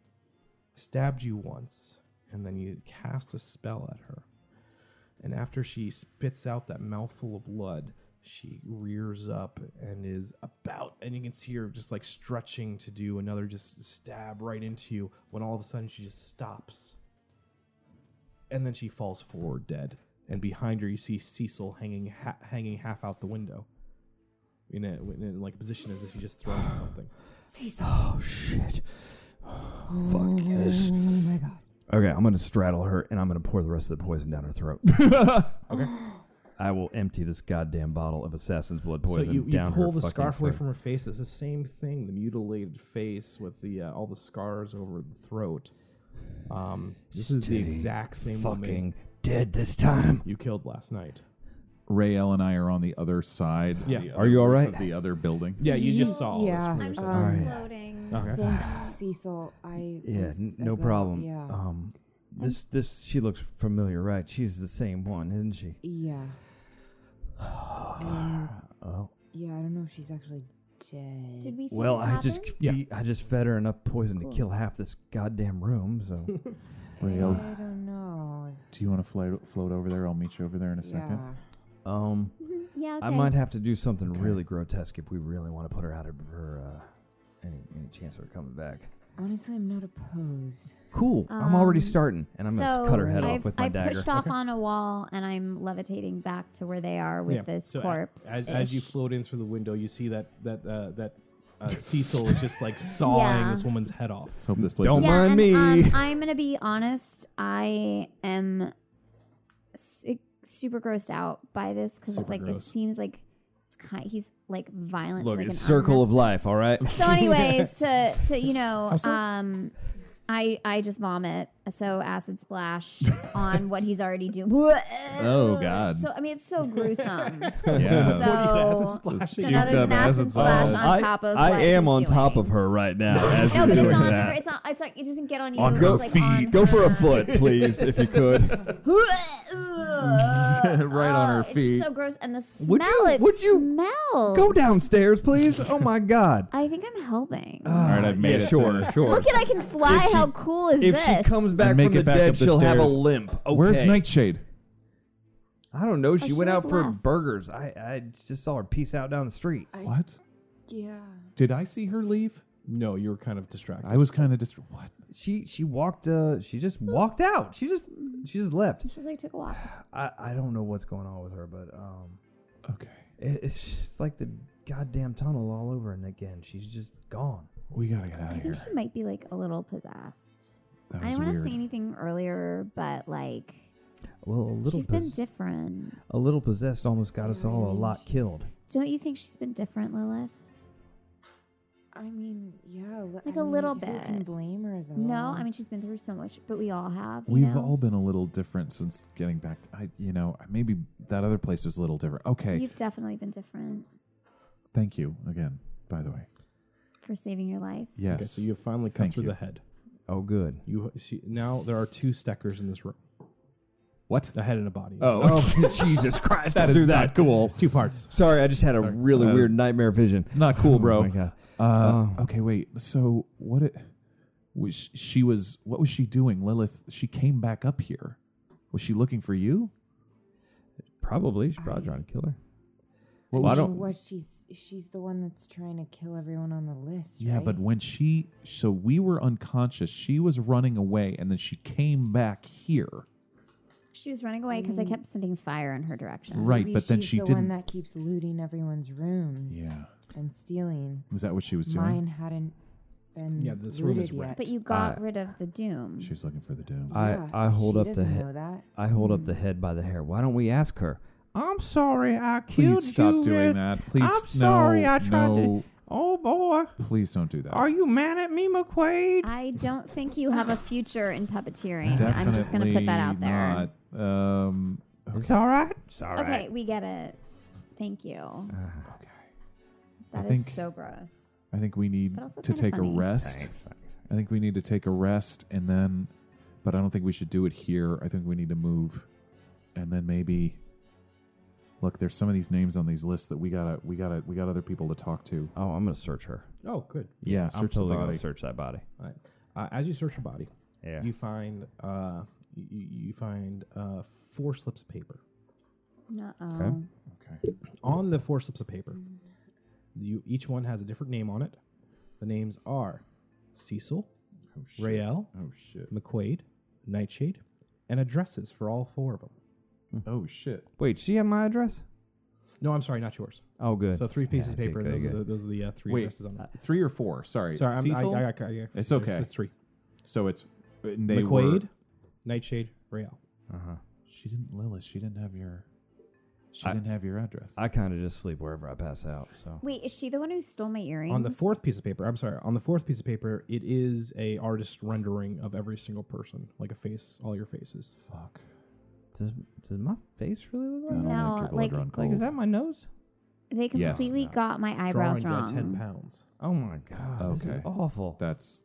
stabbed you once, and then you cast a spell at her. And after she spits out that mouthful of blood, she rears up and is about, and you can see her just like stretching to do another just stab right into you when all of a sudden she just stops and then she falls forward dead. And behind her, you see Cecil hanging ha- hanging half out the window, in a in, a, like a position as if he just thrown something.
Oh shit! Fuck yes.
Oh my god.
Okay, I'm gonna straddle her, and I'm gonna pour the rest of the poison down her throat.
Okay,
I will empty this goddamn bottle of assassin's blood
so
poison
you, you
down
pull
her
the
fucking
scarf away
throat.
from her face. It's the same thing, the mutilated face with the uh, all the scars over the throat. Um, this is the
Stay
exact same woman
Fucking dead this time.
you killed last night.
Ray L and I are on the other side. of
Yeah.
the
Are you all
roof
right?
of the other building.
Yeah, you
Ye-
just saw.
yeah,
This
I'm
for
still
yourself.
Alright.
floating.
Okay.
Thanks, Cecil. I
Yeah,
was
n- no
about-
problem.
Yeah,
Um, this this she looks familiar, right? She's the same one, isn't she?
yeah,
Oh,
yeah. I don't know if she's actually dead.
Did we see
Uh, well,
this
I just
happen?
Yeah.
fe- I just fed her enough poison to kill half this goddamn room. So
Ray-L,
I don't know.
Uh, do you want to float float over there? I'll meet you over there in a second.
Yeah.
um,
Mhm. Yeah, okay.
I might have to do something really grotesque if we really want to put her out of her uh, any any chance of her coming back.
Honestly, I'm not opposed.
Cool. I'm already
Um,
starting, and I'm gonna s- cut her head
I've,
off with my
I've
dagger.
pushed off on a wall, and I'm levitating back to where they are with
Yeah,
this
so a-
corpse.
As, as you float in through the window, you see that that uh, that uh, Cecil is just like sawing
Yeah.
this woman's head off.
Let's hope this place.
Don't
is-
yeah,
mind
and,
me.
Um, I'm gonna be honest. I am su- super grossed out by this because it's
Super
like
gross.
it seems like it's kind. He's like violent. to,
Look,
like
it's
an unnecessary-
circle of life. All right.
So, anyways, to to you know,
sorry.
um, I I just vomit. So acid splash on what he's already doing. Oh
God.
So I mean, it's so gruesome.
Yeah.
So,
Forty thousand
so
splashing.
now there's an
Duped up
acid
acid
splash on
splash.
top of.
I
what
am
he's
on top of
doing.
her right now as
No,
you're
but it's
doing
on
that.
her. It's not. It's like it doesn't get on you.
On
it's
go
like
feet.
on
go for a
her.
foot, please, if you could.
right
on her feet.
Oh, It's so gross, and the smell.
Would you-
it
would you
smells.
Go downstairs, please. Oh my God.
I think I'm helping.
All
right, I've made it to-
Sure, sure.
Look at I can fly.
Ah, If she-
How cool is
if
this?
she comes back
make
from
it
the
back
dead,
up the
she'll have a
stairs.
limp. Okay.
Where's Nightshade?
I don't know. She
she,
went
like,
out for
left.
burgers. I, I just saw her peace out down the street.
I-
What?
Yeah.
Did I see her leave?
No, you were kind of distracted.
I was kind of just what?
She she walked. Uh, she just
Hmm.
walked out. She just she just left.
She's like took a walk.
I, I don't know what's going on with her, but um,
Okay.
it, it's just like the goddamn tunnel all over and again. She's just gone.
We gotta get out
I
of
think
here.
she might be like a little possessed.
That was
I didn't want to
weird.
say anything earlier, but like
Well, a little
she's been
pos-
different.
a little possessed almost got us all a lot killed.
Don't you think she's been different, Lilith?
I mean, yeah. li-
Like
I
a little
mean, Who can
bit.
blame her though?
No, I mean she's been through so much, but we all have. you
We've
know?
all been a little different since getting back. To, I, you know, maybe that other place was a little different. Okay,
You've definitely been different
thank you again. By the way,
for saving your life.
yes.
Okay, so you have finally cut
Thank
through
you.
the head.
Oh, good.
You she, now there are two Steckers in this room.
what?
A head and a body.
Oh, Jesus Christ!
That
I'll
is
do
not
that.
cool.
it's two parts.
Sorry, I just had a really
That
weird
is-
nightmare vision.
Not cool, bro.
Oh my God.
Uh,
Um,
okay, wait. So what? It was sh- she was? What was she doing, Lilith? She came back up here. Was she looking for you?
Probably, she's probably trying to kill her.
What
Well, I
was
So
don't-
What she's she's the one that's trying to kill everyone on the list.
Yeah,
right?
but when she, so we were unconscious. She was running away, and then she came back here.
She was running away because I
Mm.
kept sending fire in her direction.
Right,
Maybe
but then
she's
she
the
didn't.
one that keeps looting everyone's rooms.
yeah,
And stealing.
is that what she was doing?
Mine hadn't been.
Yeah, this room is
looted yet.
wrecked.
But you got
Uh,
rid of the doom.
She was looking for the doom.
I-
Yeah,
I hold
she
up the
doesn't
head.
Know that.
I hold up the head by the hair. Why don't we ask her? I'm sorry, I killed
Please stop
you
doing
with-
that. Please,
I'm
no,
sorry, I tried to-
no,
Oh boy,
Please don't do that.
are you mad at me, McQuaid?
I don't think you have a future in puppeteering. I'm just going to put that out there.
Definitely Not. Um,
It's all right. It's all
okay,
right.
we get it. Thank you.
okay. I
That is
think-
so gross.
I think we need
But also
to
kinda
take
funny.
a rest.
Thanks.
I think we need to take a rest and then, but I don't think we should do it here. I think we need to move, and then maybe. Look, there's some of these names on these lists that we gotta, we gotta, we got other people to talk to.
Oh, I'm gonna search her.
Oh, good.
Yeah,
I'm
search the
totally
body.
gonna search that body.
All right. Uh, as you search her body,
Yeah.
you find uh, you, you find uh, four slips of paper.
Uh-oh.
Okay.
On the four slips of paper, you each one has a different name on it. The names are Cecil,
Oh shit.
Rael,
Oh shit.
McQuaid, Nightshade, and addresses for all four of them.
Oh shit.
Wait, she had my address?
No, I'm sorry, not yours.
Oh, good.
So three pieces of
Yeah,
paper.
good,
and those,
good.
Are the, those are the uh, three
Wait,
addresses on
uh,
them.
three or four? Sorry.
Sorry, I'm, I,
Cecil?
I, got- I, got-
It's
there's-
okay.
It's three.
so it's they
McQuaid,
Were,
Nightshade, Rael.
Uh-huh.
she didn't, Lilith. She didn't have your. She
I-
didn't have your address.
I kind of just sleep wherever I pass out. So
Wait, is she the one who stole my earrings?
On the fourth piece of paper, I'm sorry. On the fourth piece of paper, it is a artist rendering of every single person, like a face, all your faces.
Fuck.
Does does my face really look like?
No.
that?
like-
Like, is that my nose?
They
Yes.
completely
No.
got my eyebrows
Drawings on ten
wrong.
pounds.
Oh my god. This
Okay.
is awful.
That's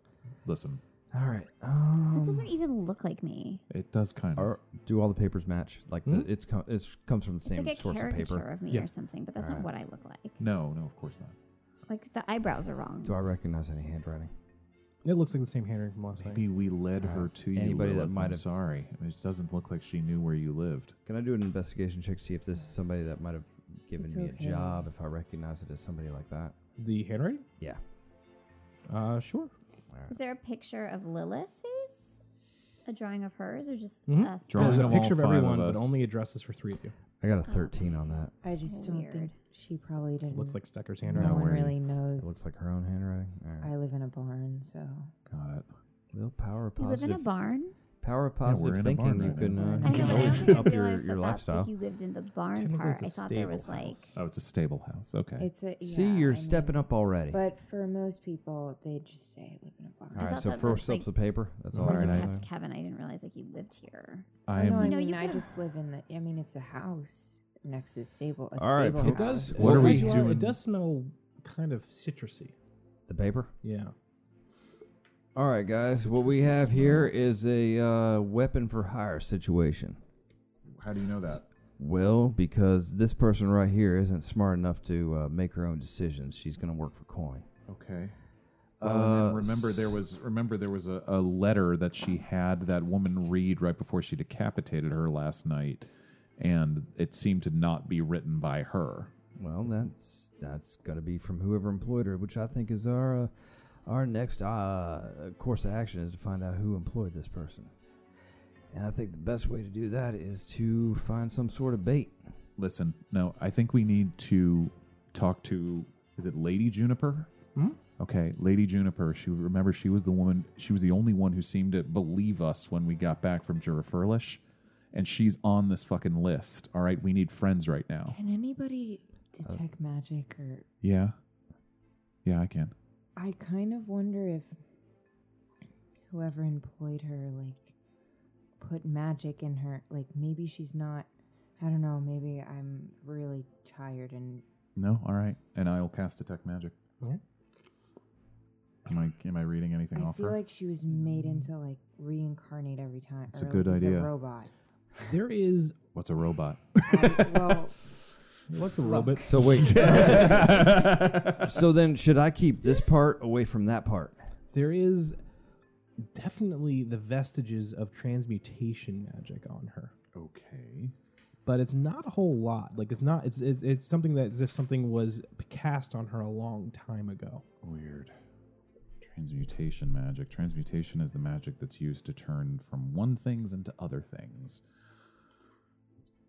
listen.
All right.
That
Um,
doesn't even look like me.
It does kind of.
are, do all the papers match? Like the,
Hmm?
it's com- it's comes from the
It's
same
like a
source of
caricature
paper.
of me
Yeah.
or something, but that's
Alright.
not what I look like.
No, no, of course not.
Like the eyebrows are wrong.
Do I recognize any handwriting?
It looks like the same handwriting from last night.
Maybe we led her to you.
Anybody that
Lilith,
might
I'm
have-
sorry. I mean, it doesn't look like she knew where you lived.
Can I do an investigation check to see if this is somebody that might have given
It's
me
okay.
a job? If I recognize it as somebody like that?
The handwriting?
Yeah.
Uh, sure.
Is there a picture of Lilith's face? A drawing of hers or just
Mhm.
us?
Drawing
There's a
of all
picture of
five of
everyone, but
us.
only addresses for three of you.
I got a 13 on that.
I just don't
Weird.
think she probably didn't.
Looks like Stecker's
no
handwriting.
No
one
worry.
really knows.
It looks like her own handwriting. All right.
I live in a barn, so
Got it.
Willpower
You live
positive.
in a barn?
power of
Yeah, we're
positive
in a
thinking.
barn
you
right
can
now.
uh,
I
you
know,
can
but I
always
don't think I
up your,
realized
your
that that's
lifestyle.
like you lived in the barn
Technically,
part.
it's
I
a
thought there was
stable
like
house.
Oh, it's a stable house. Okay.
it's a. Yeah,
See, you're
I
stepping
mean,
up already.
But for most people, they just say I live in a barn.
all
I
right,
thought
so
that
first
was,
up's
like,
the paper. That's all
where
right.
you
Alright, I-
kept Kevin. I didn't realize like you lived here.
I
No,
am.
I
You know,
mean,
you
I
could-
just live in the. I mean, it's a house next to the stable. A
All right,
stable
folks.
It
house.
does.
What
it
are we
does-
doing?
It does smell kind of citrusy.
The paper.
Yeah.
All right, guys. What we have here is a uh, weapon for hire situation.
How do you know that?
Well, because this person right here isn't smart enough to uh, make her own decisions. She's going to work for coin.
Okay. Oh, and then remember there was remember there was a, a letter that she had that woman read right before she decapitated her last night, and it seemed to not be written by her.
Well, that's that's got to be from whoever employed her, which I think is our uh, our next uh, course of action is to find out who employed this person. And I think the best way to do that is to find some sort of bait.
Listen, no, I think we need to talk to is it Lady Juniper?
Hmm?
Okay, Lady Juniper. She remember she was the woman. She was the only one who seemed to believe us when we got back from Jura Furlish, and she's on this fucking list. All right, we need friends right now.
Can anybody?
Uh,
detect magic, or
Yeah, yeah, I can.
I kind of wonder if whoever employed her like put magic in her. Like maybe she's not. I don't know. Maybe I'm really tired and
No, all right, and I'll cast detect magic.
Okay.
Am I am I reading anything
I
off
feel
her?
like she was made into like reincarnate every time.
That's
or,
a
like,
good
is
idea.
A robot.
There is.
What's a robot?
I, well,
What's a robot?
So wait. so then, should I keep this part away from that part?
There is definitely the vestiges of transmutation magic on her,
okay.
but it's not a whole lot. Like it's not. It's it's, it's something that as if something was cast on her a long time ago.
Weird. Transmutation magic. Transmutation is the magic that's used to turn from one things into other things.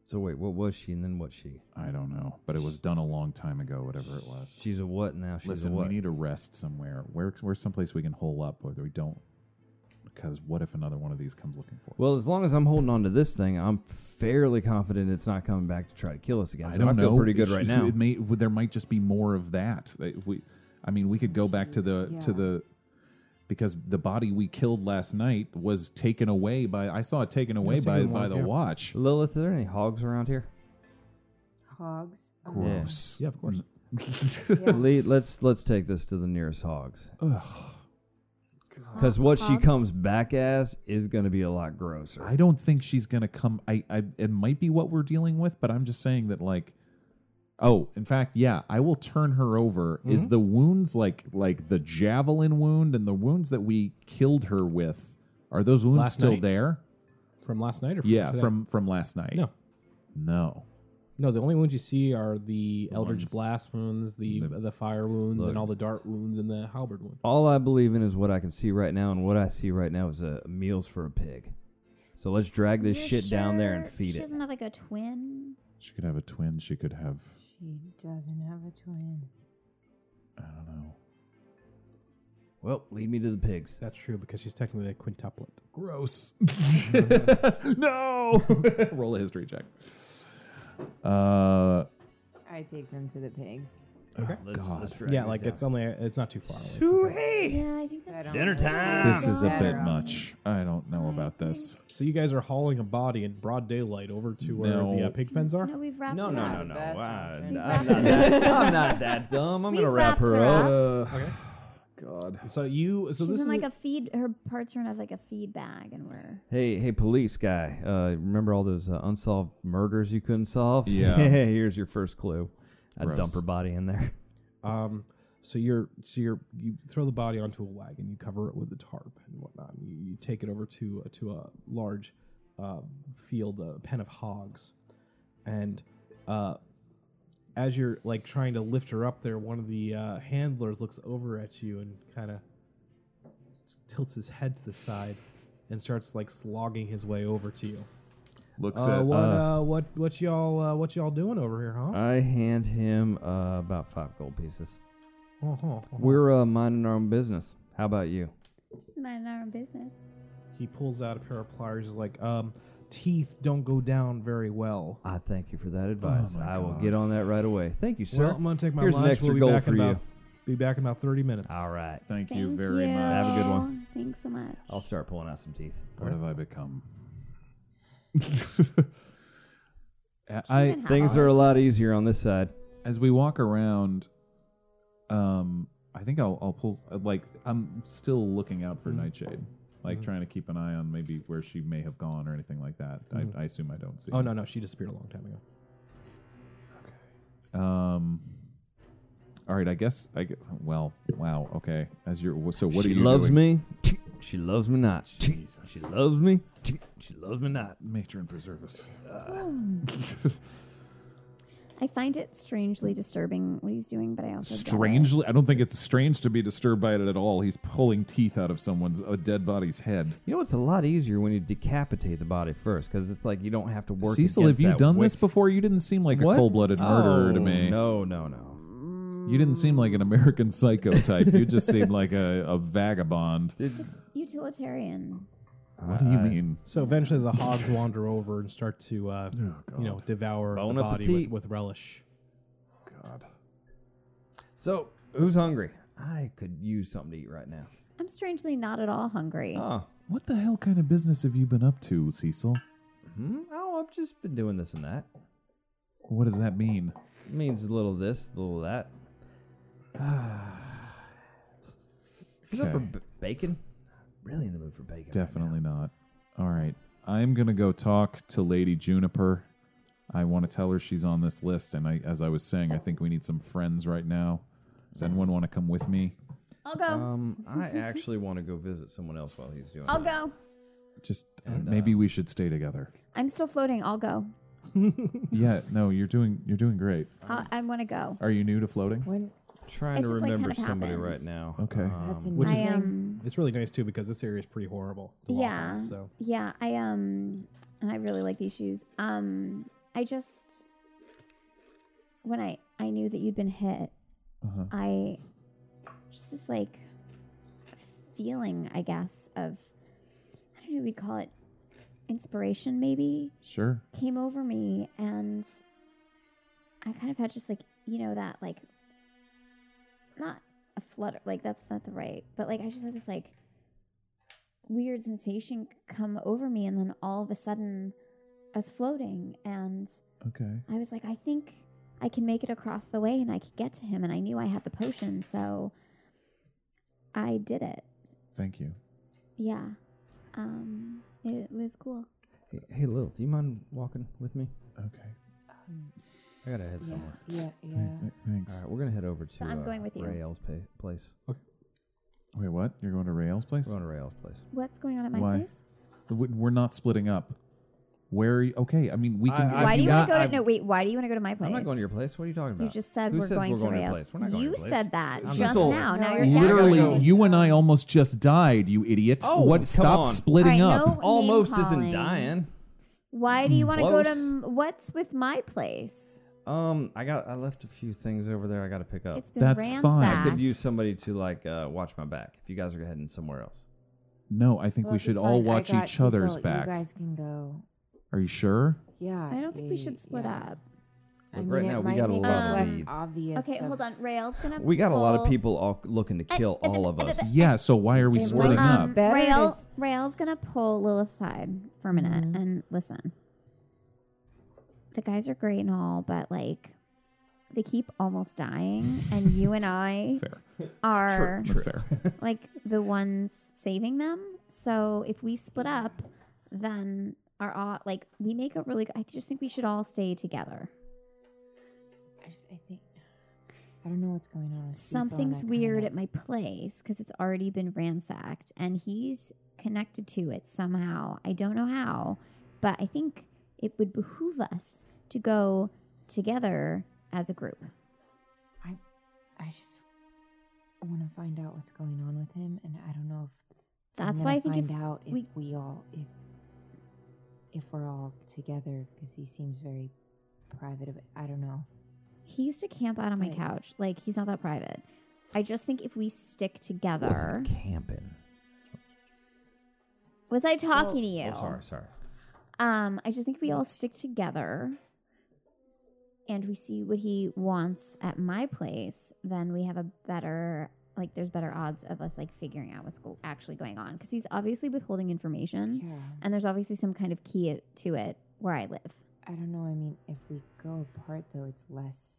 So wait, what was she and then what she?
I don't know, but it was done a long time ago, whatever it was.
She's a what now? She's
Listen,
a
we
what?
need a rest somewhere. Where, where's someplace we can hole up where we don't? Because what if another one of these comes looking for us?
well, as long as I'm holding on to this thing, I'm fairly confident it's not coming back to try to kill us again.
I
So
don't know.
feel pretty good
It's-
right now.
It may, w- there might just be more of that. Like, We, I mean, we could go back to the to
Yeah.
the because the body we killed last night was taken away by. I saw it taken away
it's
by
taken
by
away,
the
yeah.
watch.
Lilith, are there any hogs around here?
hogs. Oh,
Gross.
Yeah, of course.
yeah.
Lee, let's let's take this to the nearest hogs,
Ugh.
because what she
Hogs?
comes back as is going to be a lot grosser.
I don't think she's gonna come. I, I, it might be what we're dealing with, but I'm just saying that, like, oh, in fact, yeah, I will turn her over.
Mm-hmm.
Is the wounds like, like the javelin wound and the wounds that we killed her with? Are those wounds
Last
still
night?
there?
From last night or from
Yeah,
today?
from from last night.
No.
no.
No, the only wounds you see are the eldritch
ones-
blast wounds, the
the-
the, fire wounds,
Look.
and all the dart wounds, and the halberd wound.
All I believe in is what I can see right now, and what I see right now is uh, meals for a pig. So let's drag this
You
shit down there and
sure
feed
She
it.
doesn't have like a twin.
She could have a twin. She could have.
She doesn't have a twin.
I don't know.
Well, lead me to the pigs.
That's true because she's technically a quintuplet.
Gross. no. Roll a history check. Uh,
I take them to the pigs.
Okay.
Let's, let's drag
yeah,
this
like
down.
it's only it's not too far away.
Yeah, I think
I
that's
don't
Dinner
know.
time.
This is a bit much. I don't know about this.
So you guys are hauling a body in broad daylight over to where
No.
the uh, pig pens are.
No, we've wrapped
No,
her
no,
up.
no,
the
no.
best
I,
option.
I'm, not that, I'm not that dumb. I'm
We
gonna wrap
wrapped
her
her
up.
up.
Okay.
God.
So you so
She's
this
in
is
like a feed. Her parts are in like a feed bag, and we're
Hey, hey, police guy. Uh, remember all those uh, unsolved murders you couldn't solve?
Yeah.
Here's your first clue. I
Gross.
dump her body in there.
um so you're so you're you throw the body onto a wagon, you cover it with a tarp and whatnot. And you, you take it over to uh, to a large uh, field, a pen of hogs, and uh, as you're like trying to lift her up there, one of the uh, handlers looks over at you and kind of tilts his head to the side and starts like slogging his way over to you.
Looks
Uh,
at
what
uh,
uh, what what y'all uh, what y'all doing over here, huh?
I hand him uh, about five gold pieces.
Uh-huh, uh-huh.
We're uh, minding our own business. How about you?
just minding our own business.
he pulls out a pair of pliers. He's like, um, teeth don't go down very well.
I thank you for that advice.
Oh my
I will
God.
get on that right away. Thank you, sir.
Well, I'm gonna take my
Here's an
lunch.
extra
we'll be
goal
back
for
in
you.
about be back in about thirty minutes.
all right.
Thank,
Thank
you very much.
Have a good one.
Thanks so much.
I'll start pulling out some teeth.
What have I become?
She
I
even had
Things
all
are a
the
lot easier on this side.
as we walk around, um, I think I'll, I'll pull uh, like I'm still looking out for
Mhm.
Nightshade, like
Mhm.
trying to keep an eye on maybe where she may have gone or anything like that.
Mhm.
I, I assume I don't see.
Oh no, no, she disappeared a long time ago.
no. Um. All right, I guess I get. Well, wow. Okay. As you're so, what
she
are you
loves
doing?
me. She loves me not.
Jesus.
She loves me. She loves me not.
Matron preserve us.
I find it strangely disturbing what he's doing, but I also get it.
Strangely, I don't think it's strange to be disturbed by it at all. He's pulling teeth out of someone's a dead body's head.
You know, it's a lot easier when you decapitate the body first, because it's like you don't have to work.
Cecil, have
against
you
that
done
wick-
this before? You didn't seem like
What?
a cold-blooded murderer to
Oh,
me.
No, no, no.
You didn't seem like an
Mm.
American psycho type. you just seemed like a, a vagabond.
Did-
utilitarian.
What do you
I-
mean?
So eventually, the hogs wander over and start to, uh,
Oh,
you know, devour
Bon
the body
appetit.
with, with relish.
God.
So, who's hungry? I could use something to eat right now.
I'm strangely not at all hungry.
Oh,
What the hell kind of business have you been up to, Cecil?
hmm? oh, I've just been doing this and that.
What does that mean?
It means a little of this, a little of that. You up for
Okay.
b- bacon? Really in the mood for bacon. right now.
Definitely not. All right. I'm going to go talk to Lady Juniper. I want to tell her she's on this list. And I, as I was saying, I think we need some friends right now. Does anyone want to come with me?
I'll go.
Um, I actually want to go visit someone else while he's doing.
I'll
that.
go.
Just
And,
maybe
uh,
we should stay together.
I'm still floating. I'll go.
yeah, no, you're doing you're doing great.
I'll, I want to go.
Are you new to floating?
When
Trying
It
to
just, like,
remember
kinda
somebody
happens.
right now.
Okay.
that's
Um,
a which
Which is
I
nice.
um,
It's really nice too because this area is pretty horrible. to walk
Yeah.
around, so
yeah, I um, and I really like these shoes. Um, I just when I I knew that you'd been hit,
Uh-huh.
I just this like feeling, I guess, of I don't know, we'd call it inspiration, maybe.
Sure.
came over me and I kind of had just like, you know, that like not a flutter, like that's not the right, but like I just had this like weird sensation come over me and then all of a sudden I was floating and
Okay.
I was like, I think I can make it across the way and I could get to him and I knew I had the potion, so I did it.
Thank you.
Yeah. Um it was cool.
hey, hey, Lil, do you mind walking with me?
Okay.
Um,
I gotta head
yeah,
somewhere.
yeah, yeah.
Th- th- Thanks.
All right, we're gonna head over to.
So I'm
uh,
going with you.
Ray L's pa- place.
Wait, what? You're going to Rael's place?
We're going to Ray L's place.
What's going on at my
Why?
place?
We- We're not splitting up. Where are you? Okay, I mean, we can.
I- I've
why do you want
not-
to go to
I've-
no wait, why do you want to go to my place?
I'm not going to your place. What are you talking about?
You just said
Who
we're
says
going
we're
to
going to your
Rails.
place? We're not going to
you
your place.
said that
I'm
just
sold.
now.
No,
Now
I-
you're
literally,
gaslighting.
you and I almost just died, you idiots.
Oh, come
what? Stop
on.
splitting
All right,
up.
no-
almost
Name
isn't
calling.
dying.
Why do you want to go to
Close.
m- what's with my place?
Um, I got I left a few things over there. I gotta pick up.
It's been
That's fine.
ransacked.
I
I could use somebody to like uh, watch my back if you guys are heading somewhere else.
No, I think
Look,
we should
it's
all
fine. I
watch
got
each other's
Cecil. You
back.
guys can go.
Are you sure?
Yeah.
I don't think we should split up.
Like
mean,
right
it
now, we
might
got a
make
lot
us
of
less
leads.
Obvious.
Okay, hold on. Rail's gonna.
We got a lot of
pull-
people all looking to
Eh,
kill
eh,
all of
eh,
us.
eh,
Yeah, so why are we
Um,
splitting up?
Better
Rail,
to-
Rail's gonna pull Lilith aside for a minute
Mhm.
and listen. The guys are great and all, but like, they keep almost dying, and you and I
Fair.
are
That's fair.
like the ones saving them. So if we split up, then are all like we make a really. I just think we should all stay together.
I just, I think, I don't know what's going on. With Cecil and
Something's
I
weird
kinda-
at my place because it's already been ransacked and he's connected to it somehow. I don't know how, but I think it would behoove us to go together as a group.
I just want to find out what's going on with him, and I don't know if I'm
That's
gonna
why I think
find
if
out if
we-
we, all if if we're all together because he seems very private. About, I don't know.
he used to camp out on my
Right.
couch. Like he's not that private. I just think if we stick together.
Wasn't Camping.
Was I talking to you?
Oh, sorry, sorry.
Um, I just think we all stick together and we see what he wants at my place, then we have a better like there's better odds of us like figuring out what's go- actually going on because he's obviously withholding information
Yeah,
and there's obviously some kind of key it- to it where I live.
I don't know. I mean, if we go apart though, it's less.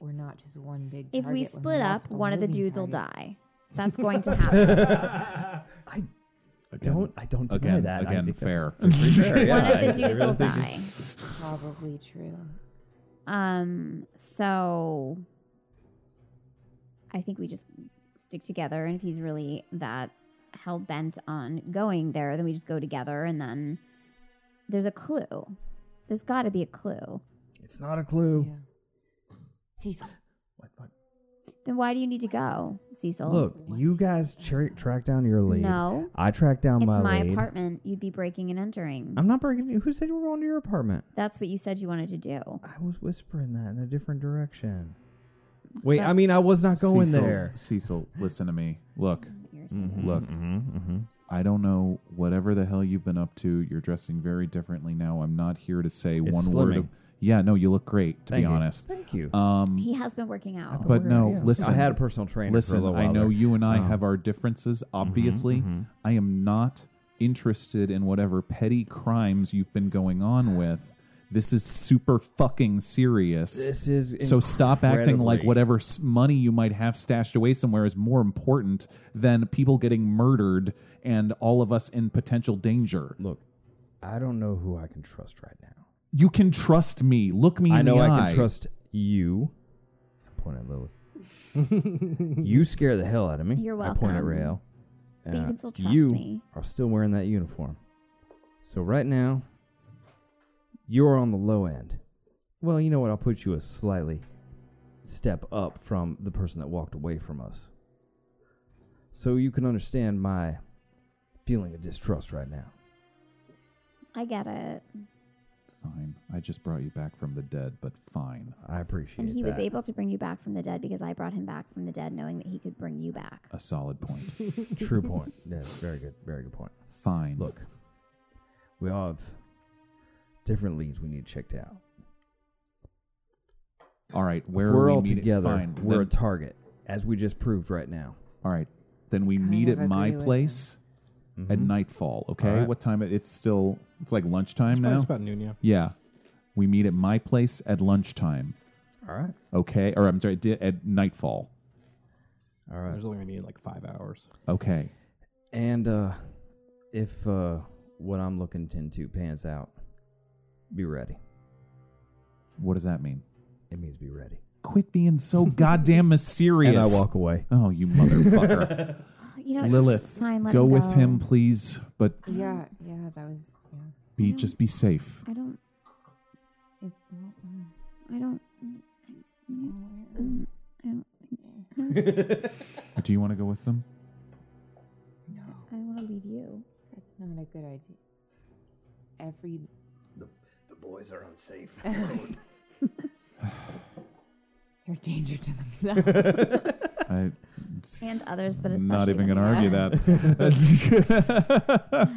We're not just one big.
If we
target, we're
split up,
multiple
one of the
moving
dudes will
targets.
die. That's going to happen.
Again.
Don't I don't deny
again,
that. I
again,
think that's
fair.
pretty fair, yeah.
one of
I-
the
I
dudes
really
will
think-
die.
Probably true.
Um, so I think we just stick together, and if he's really that hell bent on going there, then we just go together, and then there's a clue. There's got to be a clue.
It's not a clue.
Yeah. Cecil.
Then why do you need to go, Cecil?
Look,
What?
you guys tra- track down your lead.
no,
I track down
it's
my,
my
lead.
apartment. You'd be breaking and entering.
I'm not breaking. you- Who said you were going to your apartment?
That's what you said you wanted to do.
I was whispering that in a different direction. Wait,
But-
I mean, I was not going
Cecil,
there.
Cecil, listen to me. Look, Look.
Mm-hmm,
I don't know whatever the hell you've been up to. You're dressing very differently now. I'm not here to say
It's
one word.
slimming.
Of, yeah, no, you look great. To
Thank
be
you.
honest.
Thank you.
Um,
He has been working out.
but no, listen.
I had a personal trainer. for a
Listen,
little
I
while
know
there.
you and I
Um,
have our differences, obviously.
mhm.
I am not interested in whatever petty crimes you've been going on with. This is super fucking serious.
This is
so stop acting like
incredibly-
whatever s- money you might have stashed away somewhere is more important than people getting murdered and all of us in potential danger.
Look, I don't know who I can trust right now.
You can trust me. Look me
I
in
know
the
I
eye.
can trust you. I point at Lilith. you scare the hell out of me.
You're
I point at
welcome.
Rael.
But you
Uh,
can still trust
you
me.
are still wearing that uniform. So right now, you're on the low end. Well, you know what? I'll put you a slightly step up from the person that walked away from us. So you can understand my feeling of distrust right now.
I get it.
Fine. I just brought you back from the dead, but fine.
I appreciate
And he
that.
was able to bring you back from the dead because I brought him back from the dead knowing that he could bring you back.
A solid point.
True point. Yeah, very good. Very good point.
Fine.
Look, we all have different leads we need checked out.
All right, where
we're
are we
all
meeting?
together.
Fine.
We're a
then-
target, as we just proved right now.
all right, then we
Kind
meet
of
at my
agree with
place
Mm-hmm.
at nightfall. Okay,
All right.
what time? It, it's still it's like lunchtime
Probably
now.
just about noon, yeah.
yeah, we meet at my place at lunchtime.
All right.
Okay, or I'm sorry, di- at nightfall.
All right.
There's only going to be like five hours.
Okay,
And uh, if uh, what I'm looking into pans out, be ready.
what does that mean?
It means be ready.
Quit being so goddamn mysterious.
And I walk away.
Oh, you motherfucker!
You know, it's
Lilith,
just fine. Let
go
him
with
go.
him, please, but
Yeah, yeah, that was yeah.
be
No.
just be safe.
I don't.
It, well, mm,
I don't. mm, I don't.
Do you want to go with them?
I don't want to leave you.
that's not a good idea. Every
The boys are unsafe.
they're a danger to themselves.
I,
And others, but especially.
not even going to
themselves.
argue that.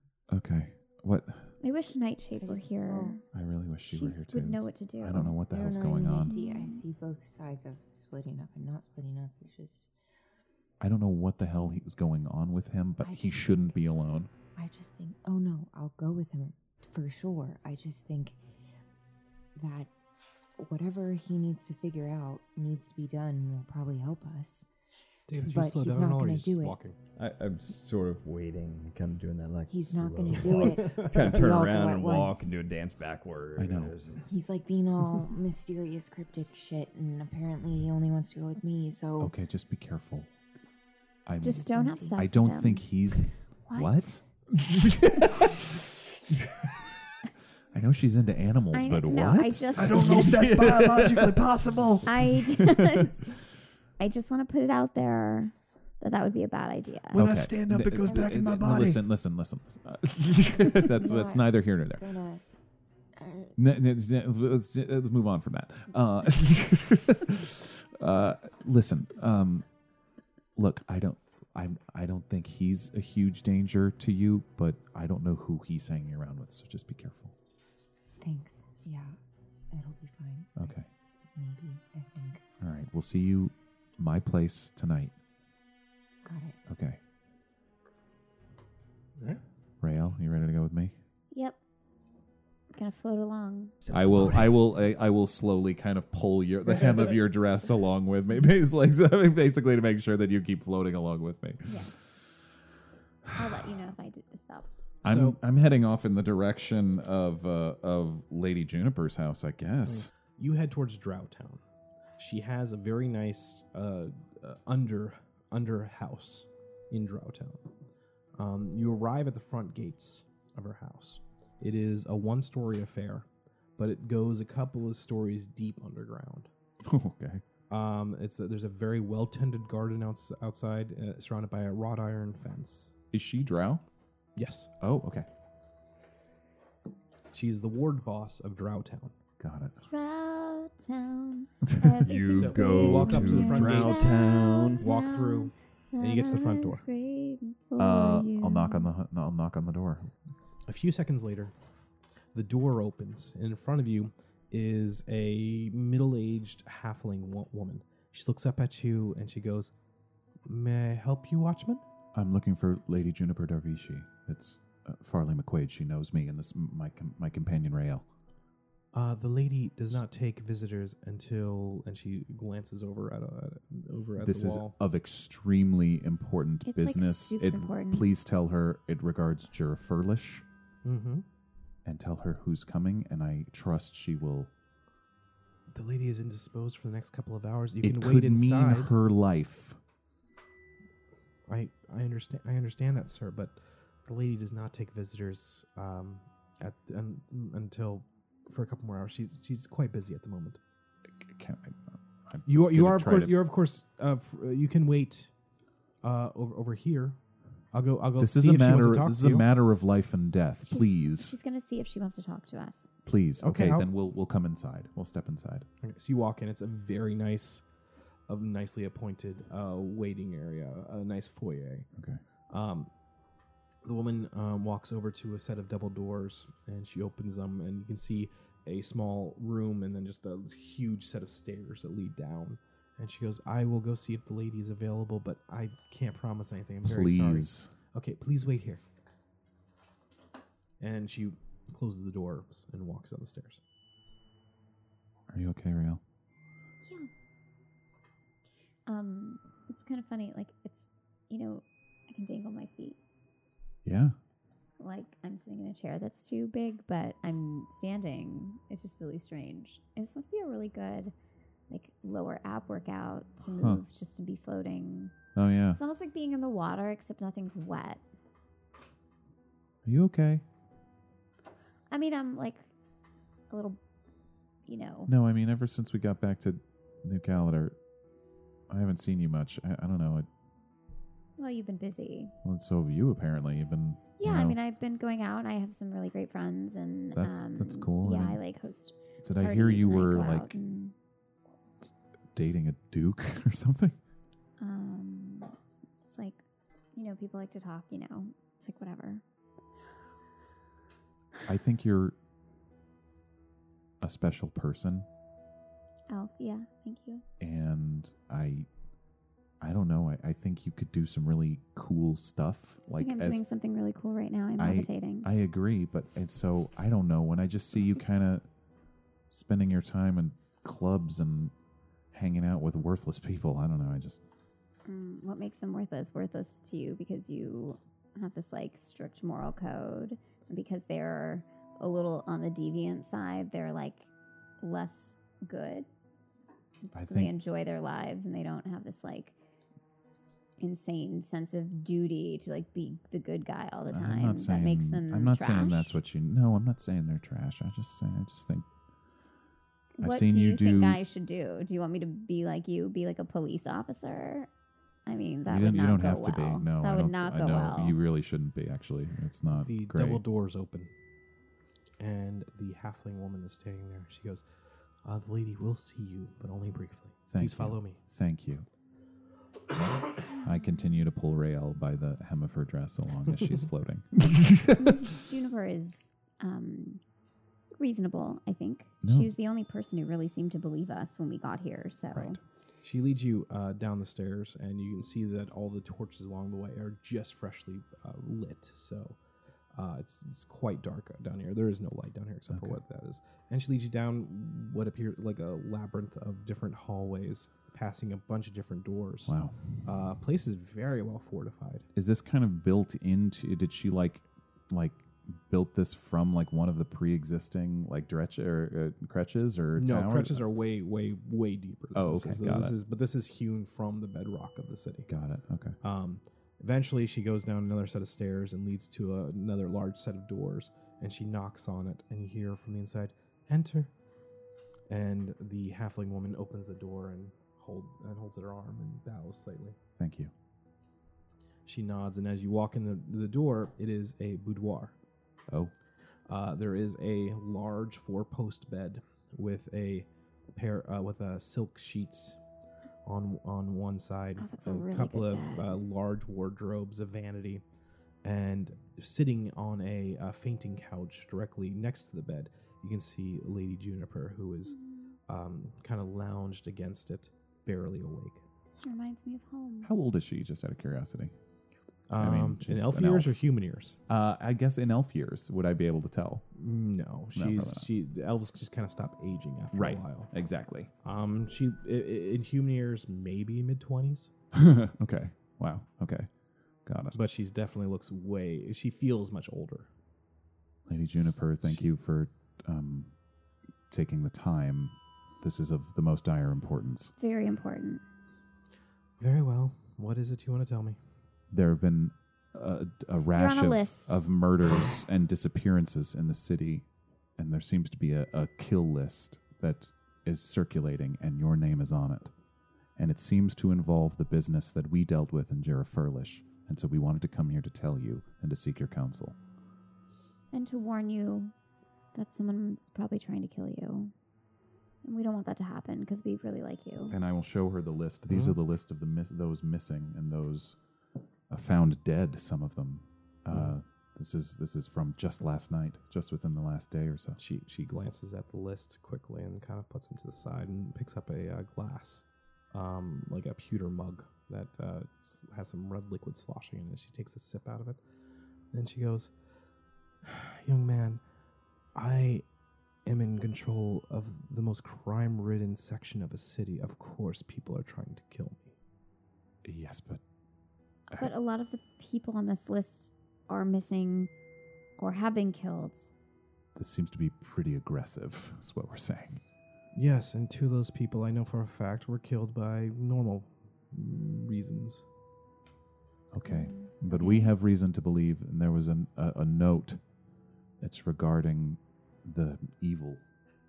okay. What?
It wish Nightshade were
just-
here.
oh.
I really wish she
she
were here too.
would know what to do.
I don't know what the
I don't
hell's
know,
going
I mean,
on.
I see, I see both sides of splitting up and not splitting up. It's just
I don't know what the hell is going on with him, but
I
he
just-
shouldn't be alone.
I just think, oh no, I'll go with him for sure. I just think that whatever he needs to figure out needs to be done and will probably help us.
David,
But he's not
or
gonna
he's
do it.
walking?
I, I'm sort of waiting, kind of doing that like
He's not
slow
gonna do
walk.
it
kind
if
of
we
turn
all go
around
at
and
once.
walk and do a dance backwards.
I know.
He's like being all mysterious, cryptic shit, and apparently he only wants to go with me. So
Okay, just be careful. I'm,
Just don't have
I
sex.
I
with
don't
him.
think he's
What?
I know she's into animals,
I
but
no,
what?
I just
that's biologically possible.
I just, I just want to put it out there that that would be a bad idea.
When I stand up, it goes back in my
no,
body.
Listen, listen, listen. listen. Uh, that's that's
What?
neither here nor there.
gonna. Uh,
N- n- n- let's, let's move on from that. Uh, uh, listen, um, look, I don't, I'm, I don't think he's a huge danger to you, but I don't know who he's hanging around with, so just be careful.
thanks. Yeah, it'll be fine.
Okay.
Maybe I think.
All right. We'll see you, my place tonight.
Got it.
Okay.
Yeah.
Rael, you ready to go with me?
Yep, gonna float along.
I will, I will, I, I will slowly kind of pull your the hem of your dress along with me, basically, basically to make sure that you keep floating along with me.
Yes, I'll let you know if I did stop.
I'm
So-
I'm heading off in the direction of uh, of Lady Juniper's house, I guess.
You head towards Drow Town. She has a very nice uh, uh, under under house in Drow Town. Um, you arrive at the front gates of her house. It is a one story affair, but it goes a couple of stories deep underground.
okay.
Um, it's a, there's a very well tended garden outs- outside, uh, surrounded by a wrought iron fence.
Is she Drow?
Yes,
Oh, okay.
she's the ward boss of Drow Town.
Got it.
Drow town.
You've
So,
go
you walk up to the
to
front gate.
Drow Town.
Walk through, and you get to the front door.
Uh, I'll knock on the hu- no, I'll knock on the door.
A few seconds later, the door opens, and in front of you is a middle aged halfling wo- woman. She looks up at you and she goes, May I help you, Watchman?
I'm looking for Lady Juniper Darvishi. It's uh, Farley McQuaid. She knows me and this my com- my companion Rael.
Uh, the lady does not take visitors until, and she glances over at, a, over at
This
the
is
wall.
of extremely important
It's, like,
business.
super
it,
important.
Please tell her it regards Jura Furlish
hmm
and tell her who's coming, and I trust she will.
The lady is indisposed for the next couple of hours. You
it
can
could
wait
mean
inside.
her life.
I, I understand. I understand that, sir. But the lady does not take visitors um, at un, until for a couple more hours. She's she's quite busy at the moment.
C- Can I, I'm
You are you
gonna
are of
try
course
to-
you are of course uh, f- uh, you can wait uh, over over here. I'll go. I'll go.
this
see
is a
if She wants
matter.
to talk
This is
to
a
you.
matter of life and death.
She's-
please,
She's gonna see if she wants to talk to us.
please.
Okay,
Okay,
I'll-
then we'll we'll come inside. We'll step inside.
Okay, so you walk in. It's a very nice, a nicely appointed uh, waiting area, a nice foyer.
Okay.
Um, the woman um, walks over to a set of double doors and she opens them, and you can see a small room and then just a huge set of stairs that lead down. And she goes, "I will go see if the lady is available, but I can't promise anything. I'm very sorry."
please.
Okay, please wait here. And she closes the doors and walks down the stairs.
Are you okay, Rael?
Yeah. Um, it's kind of funny. Like it's, you know, I can dangle my feet.
Yeah.
Like I'm sitting in a chair that's too big, but I'm standing. It's just really strange. And this must be a really good, like lower ab workout to move
Huh.
just to be floating.
Oh yeah.
It's almost like being in the water except nothing's wet.
Are you okay?
I mean, I'm like a little, you know.
No, I mean, ever since we got back to New Calendar, I haven't seen you much. I, I don't know. It,
Well, you've been busy.
well, so have you apparently. You've been. you
Yeah, I
know,
mean, I've been going out. and I have some really great friends, and
That's-
um,
that's cool. I
Yeah, I,
mean,
like host.
did I hear
parties
you
and I
were
go out
like
and,
dating a duke or something?
um, it's like, you know, people like to talk. You know, it's like whatever.
I think you're a special person,
Oh, yeah. Thank you.
and I, I don't know. I, I think you could do some really cool stuff. Like
I think I'm
as
doing something really cool right now. I'm
I-
levitating.
I agree, but and so I don't know. When I just see you kind of spending your time in clubs and hanging out with worthless people, I don't know. I just
Mm, what makes them worthless? Worthless to you because you have this like strict moral code, and because they're a little on the deviant side, they're like less good.
I
Just they
think-
enjoy their lives and they don't have this like insane sense of duty to like be the good guy all the time.
I'm not saying
that makes them.
I'm not saying
trash.
that's what you. No, I'm not saying they're trash. I just say I just think I've
what
seen
do
you
you, think
do-
I should do? Do you want me to be like you, be like a police officer? I mean, that
you don't,
would not
you don't
go
have
well.
to be. No,
that
I
would
don't,
not
I
go
know,
well.
You really shouldn't be. Actually, it's not
The
great.
double doors open, and the halfling woman is standing there. She goes, uh, "The lady will see you, but only briefly.
Thank
Please
you.
follow me."
Thank you. I continue to pull Rael by the hem of her dress along as she's floating.
Miss Juniper is um, reasonable, I think.
No.
She was the only person who really seemed to believe us when we got here. So
Right.
She leads you uh, down the stairs, and you can see that all the torches along the way are just freshly uh, lit. So uh, it's, it's quite dark uh, down here. There is no light down here except for
Okay.
what that is. And she leads you down what appears like a labyrinth of different hallways, passing a bunch of different doors.
Wow.
Uh, place is very well fortified.
is this kind of built into did she like like built this from like one of the pre-existing like dretch or uh, crutches or
no,
towers?
crutches are way, way, way deeper. Than
Oh,
this
okay,
is.
got
this
it.
is- but this is hewn from the bedrock of the city.
got it okay
Um, eventually, she goes down another set of stairs and leads to a, another large set of doors, and she knocks on it, and you hear from the inside, "Enter." And the halfling woman opens the door and holds and holds her arm and bows slightly.
thank you
She nods, and as you walk in the, the door, it is a boudoir.
oh
Uh, there is a large four-post bed with a pair uh, with uh, silk sheets on on one side,
Oh, that's a really
couple
good
of
bed.
uh, large wardrobes of vanity, and sitting on a uh, fainting couch directly next to the bed, you can see Lady Juniper, who is um, kind of lounged against it, barely awake.
this reminds me of home.
how old is she just out of curiosity
Um,
I mean,
in
she's
elf
an
ears
elf.
or human ears?
uh i guess in elf years would i be able to tell
No, she's
probably not.
she. The elves just kind of stop aging after
Right.
a while.
exactly
Um, she i- i- in human years maybe mid twenties,
okay wow okay got it
but she's definitely looks way. She feels much older.
lady juniper thank
She-
you for um taking the time this is of the most dire importance
Very important.
Very well. What is it you want to tell me?
there have been a, a rash
on a
of,
list.
of murders and disappearances in the city, and there seems to be a, a kill list that is circulating, and your name is on it. And it seems to involve the business that we dealt with in Jera Furlish, and so we wanted to come here to tell you and to seek your counsel.
And to warn you that someone's probably trying to kill you. And we don't want that to happen because we really like you.
And I will show her the list. These
Mhm.
are the list of the mis- those missing and those uh, found dead. Some of them. Uh,
Mhm.
This is this is from just last night, just within the last day or so.
She she glances at the list quickly and kind of puts them to the side and picks up a uh, glass, um, like a pewter mug that uh, s- has some red liquid sloshing in it. She takes a sip out of it, and she goes, "Young man, I am in control of the most crime-ridden section of a city. Of course, people are trying to kill me."
Yes, but
But a lot of the people on this list are missing or have been killed.
this seems to be pretty aggressive, is what we're saying.
Yes, and two of those people I know for a fact were killed by normal reasons.
Okay. But we have reason to believe, and there was an, a, a note. It's regarding the evil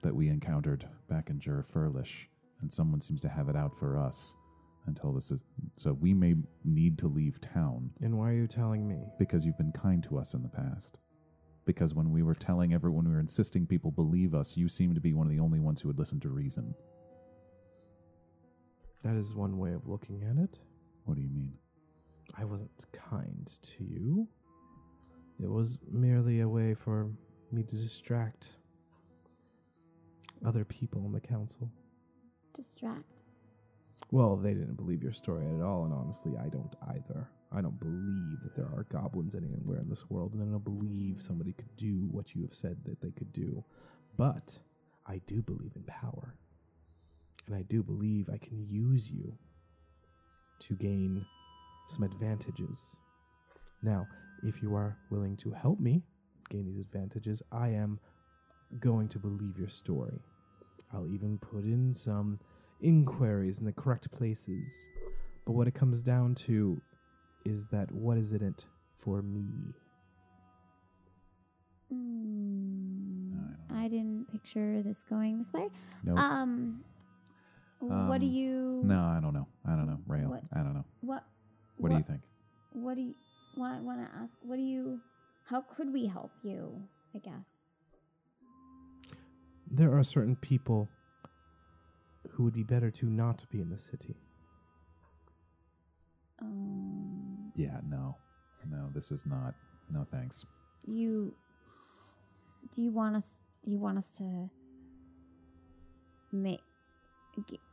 that we encountered back in Jura Furlish, and someone seems to have it out for us until this is. So we may need to leave town
And why are you telling me?
because you've been kind to us in the past. Because when we were telling everyone, we were insisting people believe us, you seemed to be one of the only ones who would listen to reason.
That is one way of looking at it.
What do you mean?
I wasn't kind to you. It was merely a way for me to distract other people in the council.
Distract.
Well, they didn't believe your story at all, and honestly, I don't either. I don't believe that there are goblins anywhere in this world, and I don't believe somebody could do what you have said that they could do. But I do believe in power, and I do believe I can use you to gain some advantages. Now, if you are willing to help me gain these advantages, I am going to believe your story. I'll even put in some inquiries in the correct places. But what it comes down to is that what is in it for me?
I
Mm,
don't know.
I didn't picture this going this way.
No,
Um, what do
Um,
you?
no, I don't know. I don't know. Rail.
What?
I don't know.
What?
What, do you think?
What do you? What I want to ask? What do you? How could we help you? I guess.
There are certain people who would be better to not be in the city.
Um,
Yeah, no, no. This is not. No, thanks.
you. Do you want us? Do you want us to make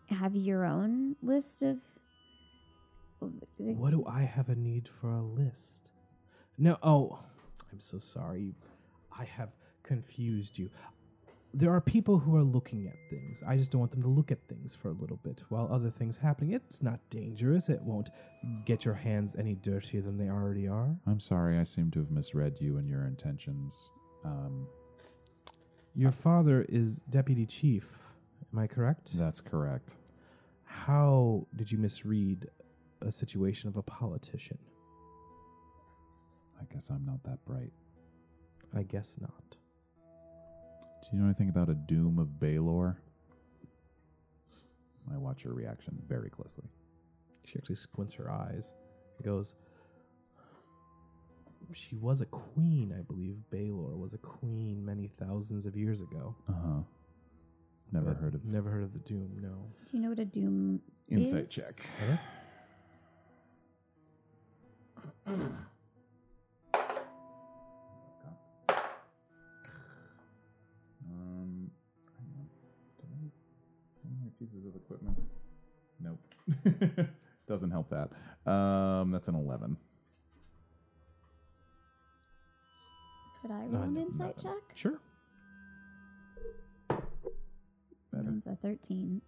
have your own list of?
What do I have a need for a list? No, oh, I'm so sorry. I have confused you. There are people who are looking at things. I just don't want them to look at things for a little bit while other things happening. It's not dangerous. It won't get your hands any dirtier than they already are.
I'm sorry. I seem to have misread you and your intentions. Um,
Your father is deputy chief. Am I correct?
that's correct.
How did you misread a situation of a politician?
I guess I'm not that bright.
I guess not.
Do you know anything about a Doom of Baylor? I watch her reaction very closely.
She actually squints her eyes and goes, She was a queen, I believe. Baylor was a queen many thousands of years ago.
Uh huh. Never
But
heard of
Never heard of the Doom, no.
Do you know what a doom?
insight
is-
check.
Heather?
Um, hang on. Do I have any pieces of equipment? Nope. Doesn't help that. Um, that's an eleven.
Could I
No,
roll an
no,
insight
Uh, nothing.
check?
Sure.
Better.
Mine's a thirteen.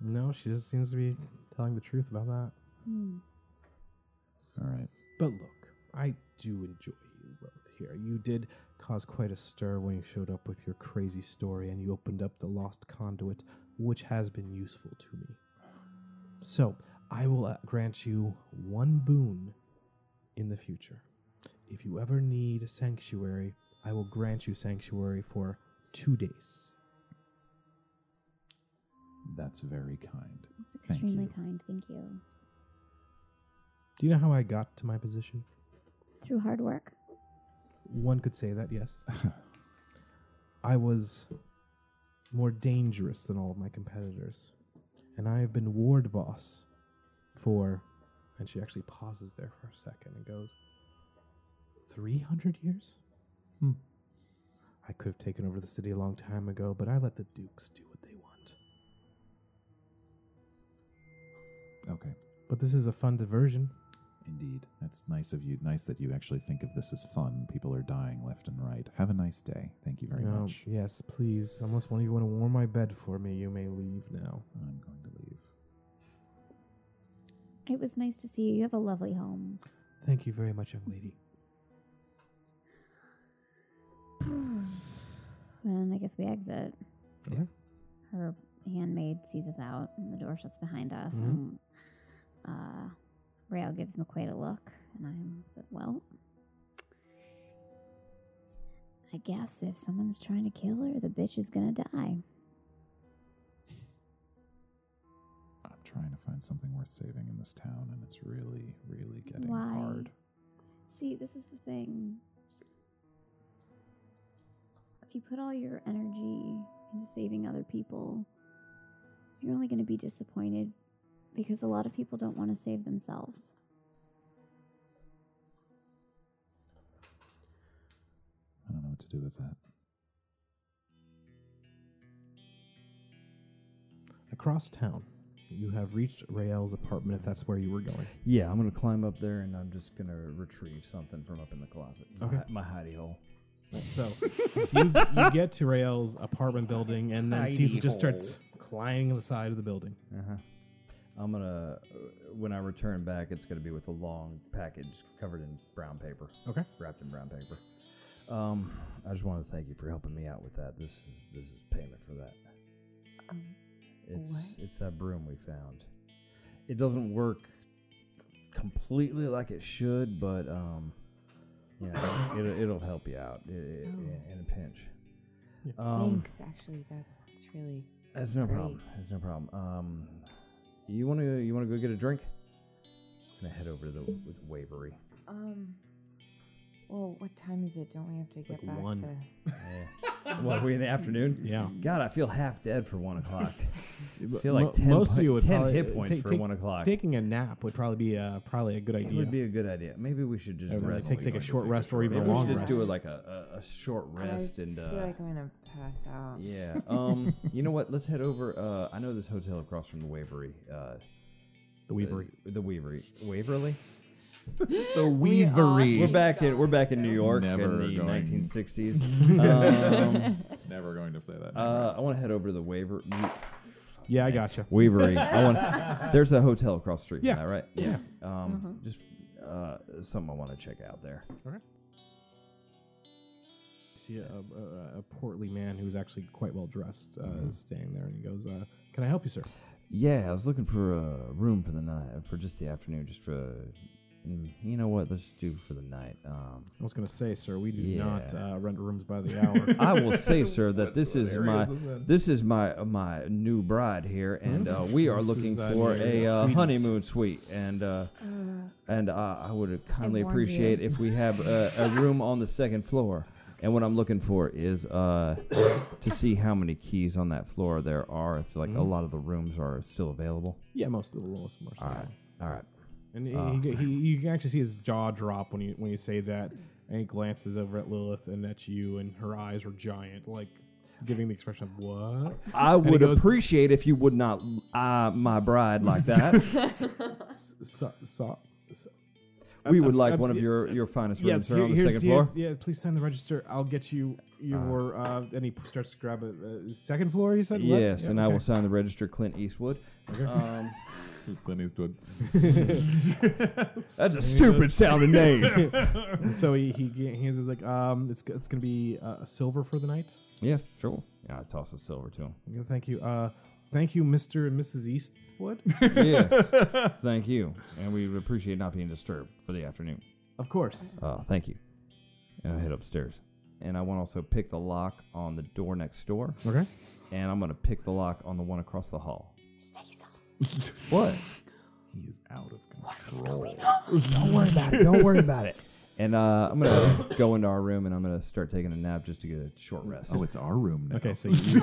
No, she just seems to be telling the truth about that.
Hmm.
All right.
But look, I do enjoy you both here. You did cause quite a stir when you showed up with your crazy story and you opened up the lost conduit, which has been useful to me. So, I will uh, grant you one boon in the future. If you ever need a sanctuary, I will grant you sanctuary for two days.
That's very kind.
That's
Thank
extremely
you.
kind. Thank you.
Do you know how I got to my position?
Through hard work.
One could say that, yes. I was more dangerous than all of my competitors. And I have been ward boss for, and she actually pauses there for a second and goes, 300 years?
Hmm.
I could have taken over the city a long time ago, but I let the dukes do what they want.
Okay.
But this is a fun diversion.
Indeed. That's nice of you. Nice that you actually think of this as fun. People are dying left and right. Have a nice day. Thank you very
No,
much.
Um, Yes, please. Unless one of you want to warm my bed for me, you may leave now.
I'm going to leave.
It was nice to see you. You have a lovely home.
Thank you very much, young lady.
and I guess we exit.
Okay.
Her handmaid sees us out, and the door shuts behind us.
Mhm.
And, uh, Rail gives McQuaid a look, and I said, "Well, I guess if someone's trying to kill her, the bitch is gonna die."
I'm trying to find something worth saving in this town, and it's really, really getting
Why?
hard.
See, this is the thing. If you put all your energy into saving other people, you're only going to be disappointed because a lot of people don't want to save themselves.
to do with that?
Across town, you have reached Rael's apartment if that's where you were going.
Yeah, I'm gonna climb up there and I'm just gonna retrieve something from up in the closet.
Okay.
My, hi- my hidey hole.
So you, you get to Rael's apartment building, and then
Hidey
Cecil just
hole.
starts climbing the side of the building.
Uh huh. I'm gonna uh, when I return back, it's gonna be with a long package covered in brown paper.
Okay.
Wrapped in brown paper. Um, I just want to thank you for helping me out with that. This is this is payment for that.
Um,
It's
What?
it's that broom we found. It doesn't work completely like it should, but um, yeah, it'll, it'll help you out i- i-
Oh.
in a pinch.
Yeah.
Um,
Thanks, actually. That's really.
that's no
Great.
problem. That's no problem. Um, you want to you want to go get a drink? I'm gonna head over to the with Wavery.
Um. Well, what time is it? Don't we have to
like
get back
one.
to?
Yeah. what are we in the afternoon?
Yeah.
God, I feel half dead for one o'clock. I feel
Mo-
like ten,
most
po-
of you would
10
probably-
hit points
take-
for
take-
one o'clock.
Taking a nap would probably be uh, probably a good
it
idea.
would be a good idea. Maybe we should just
Everybody
rest.
take, take a
Like,
short
take a
rest or
short
even a
Maybe
long
rest.
we should just
rest.
do it like a, a, a short rest
I
and uh,
feel like I'm gonna pass out.
yeah. Um, you know what? Let's head over. Uh, I know this hotel across from the Wavery. Uh,
the Weavery.
The, the Weavery. Waverly.
The Weavery.
Oh
We're back in. We're back in New York
Never
in the
going.
1960s. um,
Never going to say that.
uh, I want to head over to the Waver.
Yeah, I gotcha.
Weavery. I want. There's a hotel across the street.
Yeah.
From that, right. Yeah. Um,
Mm-hmm.
just uh, something I want to check out there.
see a, a, a portly man who's actually quite well dressed uh,
Mm-hmm.
is staying there, and he goes, uh, "Can I help you, sir?"
Yeah, I was looking for a room for the night, uh, for just the afternoon, just for. mm, You know what? Let's do for the night. Um,
I was going to say, "Sir, we do not
Yeah.
uh, rent rooms by the hour."
I will say, sir, that
What-
this
what
is
area
my
is this in?
this is my uh, my new bride here, and uh, we are
This
looking
is, uh,
for
near
a
the
uh,
Swedes.
honeymoon suite, and uh, and uh, I would kindly
warned you.
appreciate if we have a, a room on the second floor. And what I'm looking for is uh, to see how many keys on that floor there are. If like a
Mm-hmm.
lot of the rooms are still available.
yeah, most of the most of the
All right, all right.
And he,
Uh.
he, he, you can actually see his jaw drop when you when you say that, and he glances over at Lilith and at you, and her eyes are giant, like giving the expression of "What?"
I
he
would
goes-
appreciate if you would not eye my bride like that.
So, so, so.
we
I'm-
would
I'm-
like
I'm-
one of your, your finest rooms
Yes,
sir,
here-
on the
here's,
second
here's-
floor.
yeah. Please sign the register. I'll get you your. Uh, and he starts to grab a, a second floor. You said What?
Yes,
Yeah,
and I
okay.
will sign the register, Clint Eastwood. Um,
Who's Clint Eastwood?
that's a stupid sounding name.
And so he he g- hands is like um it's g- it's gonna be uh, a silver for the night.
yeah, sure. Yeah, I toss the silver to him.
Yeah, Thank you. Uh, thank you, Mister and Mrs. Eastwood.
yes, thank you, and we would appreciate not being disturbed for the afternoon.
of course.
Uh, thank you. And I head upstairs, and I want to also pick the lock on the door next door,
Okay.
and I'm gonna pick the lock on the one across the hall. What?
He is out of control.
Don't worry about it. Don't worry about it. And uh, I'm gonna go into our room and I'm gonna start taking a nap just to get a short rest.
Oh, it's our room now.
Okay. So you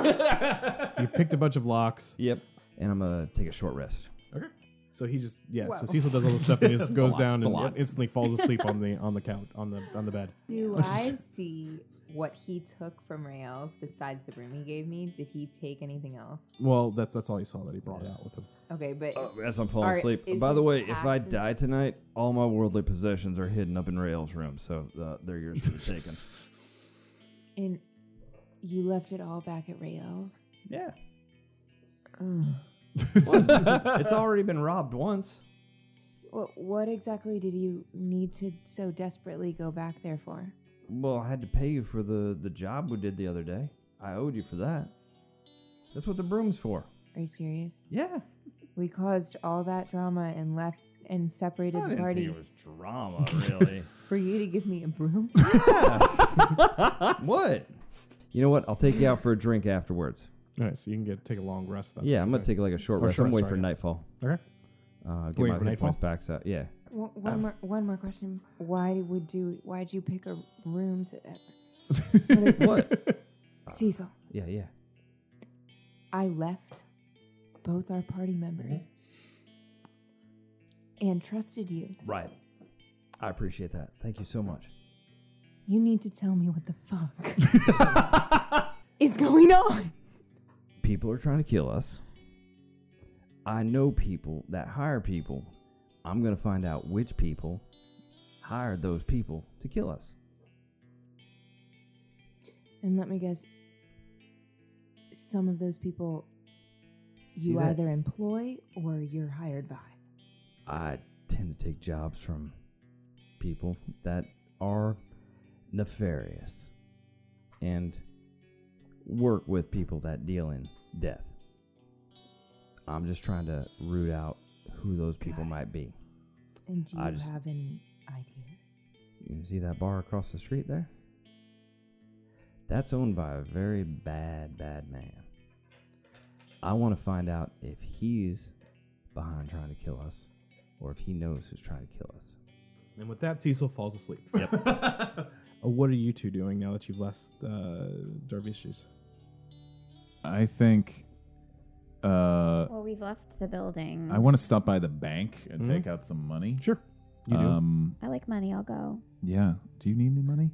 you picked a bunch of locks.
Yep. And I'm gonna take a short rest.
Okay. So he just yeah. So Cecil does all this stuff and he just goes
lot,
down
it's a
and
lot.
instantly falls asleep on the on the couch on the on the bed.
Do I see what he took from Rael's besides the room he gave me? Did he take anything else?
Well, that's that's all you saw that he brought out with him.
Okay, but
Oh, as I'm falling
Are-
asleep.
is
By the
this
way, if I
taxes-
die tonight, all my worldly possessions are hidden up in Rael's room, so uh, they're yours to be taken.
And you left it all back at Rael's.
Yeah.
Ugh.
it's already been robbed once.
What, what exactly did you need to so desperately go back there for?
Well, I had to pay you for the, the job we did the other day. I owed you for that. That's what the broom's for.
Are you serious?
Yeah.
We caused all that drama and left and separated the party
was drama, really.
for you to give me a broom.
what? You know what? I'll take you out for a drink afterwards.
All right. So you can get take a long rest. that's
yeah, I'm gonna
okay.
take like a Oh, short
Or
rest.
short
I'm
rest,
waiting for
sorry.
nightfall.
Okay.
Uh, get
Waiting
my
for
hit points
nightfall?
back. So, yeah.
one, one more, one more question. Why would you? Why'd you pick a room to? uh,
what?
Cecil,
Yeah, yeah.
I left both our party members and trusted you.
Mm-hmm. Right. I appreciate that. Thank you so much.
You need to tell me what the fuck is going on.
people are trying to kill us. I know people that hire people. I'm going to find out which people hired those people to kill us.
And let me guess, some of those people
See
you
that?
either employ or you're hired by.
I tend to take jobs from people that are nefarious and work with people that deal in death. I'm just trying to root out who those people
Got it.
might be.
And do you
I just-
have any ideas?
You can see that bar across the street there? That's owned by a very bad, bad man. I want to find out if he's behind trying to kill us or if he knows who's trying to kill us.
And with that, Cecil falls asleep. Yep. what are you two doing now that you've left uh, Dervish's?
I think uh,
Well, we've left the building.
I want to stop by the bank and
Mhm.
take out some money.
Sure. You do.
Um,
I like money. I'll go.
yeah. Do you need any money?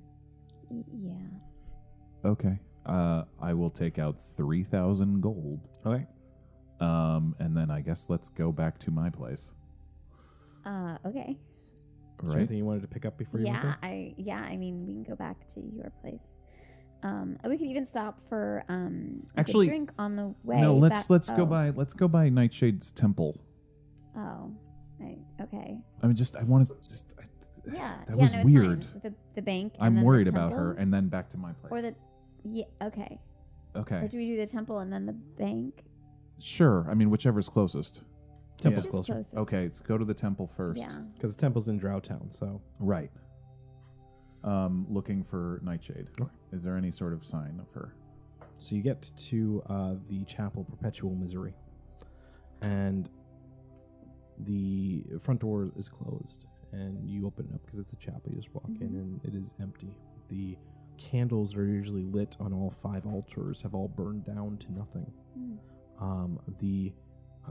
Y- Yeah.
Okay. Uh, I will take out three thousand gold.
All right.
Um, and then I guess let's go back to my place.
Uh, okay.
Is there
Right.
anything you wanted to pick up before you went
Yeah,
there?
I yeah, I mean we can go back to your place. Um, and we could even stop for um like, a
Actually,
drink on the way.
no, let's
back-
let's
oh,
go by let's go by Nightshade's temple.
Oh, I, okay.
I mean, just I want to just. I,
Yeah,
That
yeah,
was
no, it's
weird.
Fine. The the bank. and then
I'm
the
worried about
temple?
her, and then back to my place.
or the yeah okay. Or
okay,
do we do the temple and then the bank?
sure. I mean, whichever's closest.
Temple's
Yeah.
Just
closer.
closer.
Okay, let's go to the temple first.
Yeah.
Because the temple's in Drow Town, so
Right. Um, looking for Nightshade.
Okay.
Is there any sort of sign of her?
So you get to uh, the chapel, Perpetual Misery, and the front door is closed, and you open it up because it's a chapel. You just walk in, and it is empty. The candles that are usually lit on all five altars have all burned down to nothing.
Hmm.
Um, the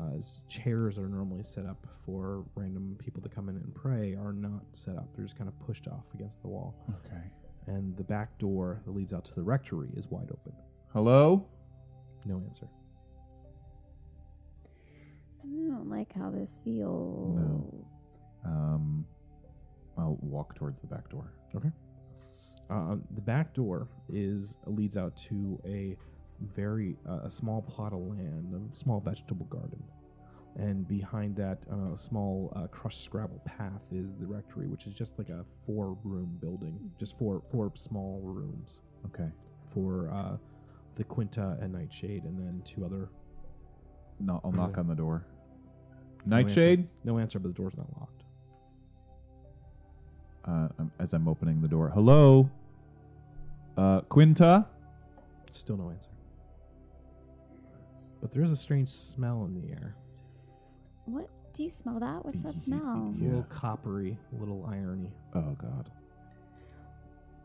uh, s- chairs that are normally set up for random people to come in and pray are not set up. They're just kind of pushed off against the wall.
Okay.
And the back door that leads out to the rectory is wide open.
Hello.
No answer.
I don't like how this feels.
Um, I'll walk towards the back door.
Um, the back door is leads out to a very uh, a small plot of land, a small vegetable garden, and behind that uh, small uh, crushed scrabble path is the rectory, which is just like a four room building, just four four small rooms
Okay.
for uh, the Quinta and Nightshade, and then two other.
No, I'll
Who's
knock
that?
on the door.
no answer.
Nightshade.
No answer, but the door's not locked.
Uh, um, as I'm opening the door. Hello. Uh, Quinta.
Still no answer. But there is a strange smell in the air.
What do you smell that? What's that smell?
It's a little coppery, a little irony.
Oh God.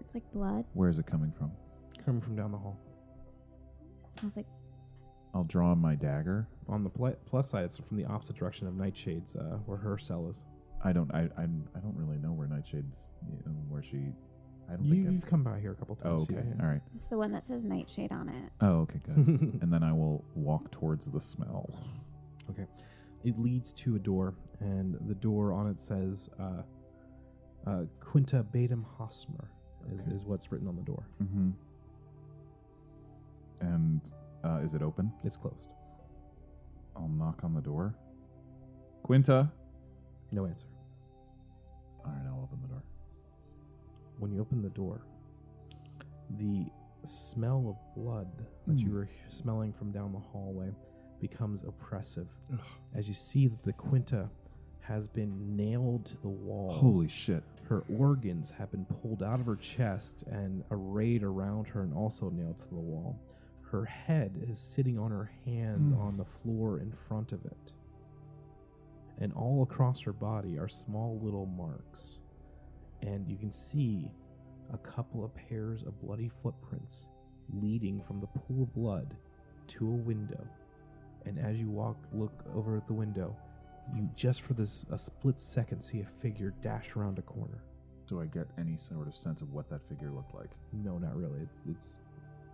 It's like blood.
Where is it coming from?
coming from down the hall.
It smells like
I'll draw my dagger.
On the pl- plus side, it's from the opposite direction of Nightshade's, uh, where her cell is.
I don't. I. I, I don't really know where Nightshade's. uh, Where she. I don't
You,
think.
you've
I've,
come by here a couple
oh,
times.
okay.
yeah, yeah.
All right.
it's the one that says nightshade on it.
Oh, okay. Good. and then I will walk towards the smell.
it leads to a door, and the door on it says uh, uh, Quinta Batum Hosmer is,
Okay.
is what's written on the door.
Mm-hmm. And uh, is it open?
It's closed.
I'll knock on the door. Quinta.
No answer.
All right. I'll open the door.
When you open the door, the smell of blood that you
Hmm.
were smelling from down the hallway becomes oppressive as you see that the Quinta has been nailed to the wall.
Holy shit.
Her organs have been pulled out of her chest and arrayed around her and also nailed to the wall. Her head is sitting on her hands
Hmm.
Mm.
on the floor in front of it. And all across her body are small little marks. And you can see a couple of pairs of bloody footprints leading from the pool of blood to a window. And as you walk, look over at the window, you just for this a split second see a figure dash around a corner.
Do I get any sort of sense of what that figure looked like?
No, not really. It's it's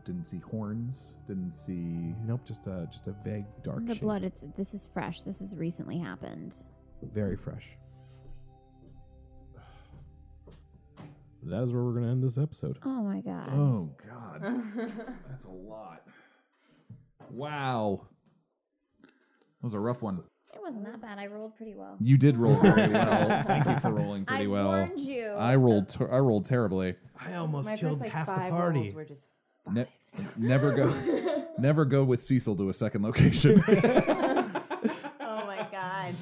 Didn't see horns. Didn't see.
nope, just a just a vague dark
the
shape.
blood. It's this is fresh. This has recently happened.
Very fresh. That is where we're going to end this episode.
Oh my god.
Oh God, that's a lot. Wow, that was a rough one.
It wasn't that bad. I rolled pretty well.
You did roll very well. Thank you for rolling pretty
I
well.
warned you.
I rolled. Ter- I rolled terribly.
I almost
My first like five rolls were just
Ne-
fives.
never go. never go with Cecil to a second location.
Oh my god.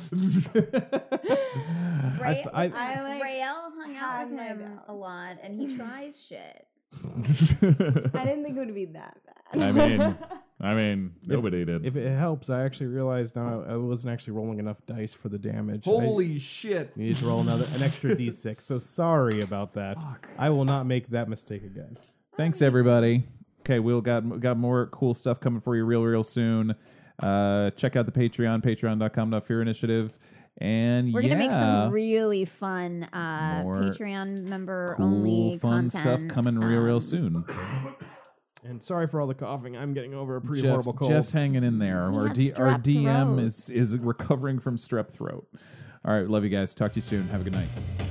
Ray,
th- I-
listen,
I, like,
Rael hung out
had
with
my
him
doubts.
a lot, and he tries shit.
I didn't think it would be that bad.
I mean, I mean, nobody did.
If it helps, I actually realized now I wasn't actually rolling enough dice for the damage. I
Holy shit!
needed to roll another an extra d6. So sorry about that. I will not make that mistake again.
Thanks everybody. Okay, we'll got got more cool stuff coming for you real real soon. Uh, check out the Patreon, patreon.com fear initiative. And
We're
yeah,
gonna make some really fun uh,
More
Patreon member
cool
only
fun stuff
content,
coming real real
um,
soon.
And sorry for all the coughing. I'm getting over a pretty
Jeff's,
horrible cold.
Jeff's hanging in there.
He
Our,
had
D, our
strep
DM
throat.
is is recovering from strep throat. All right, love you guys. Talk to you soon. Have a good night.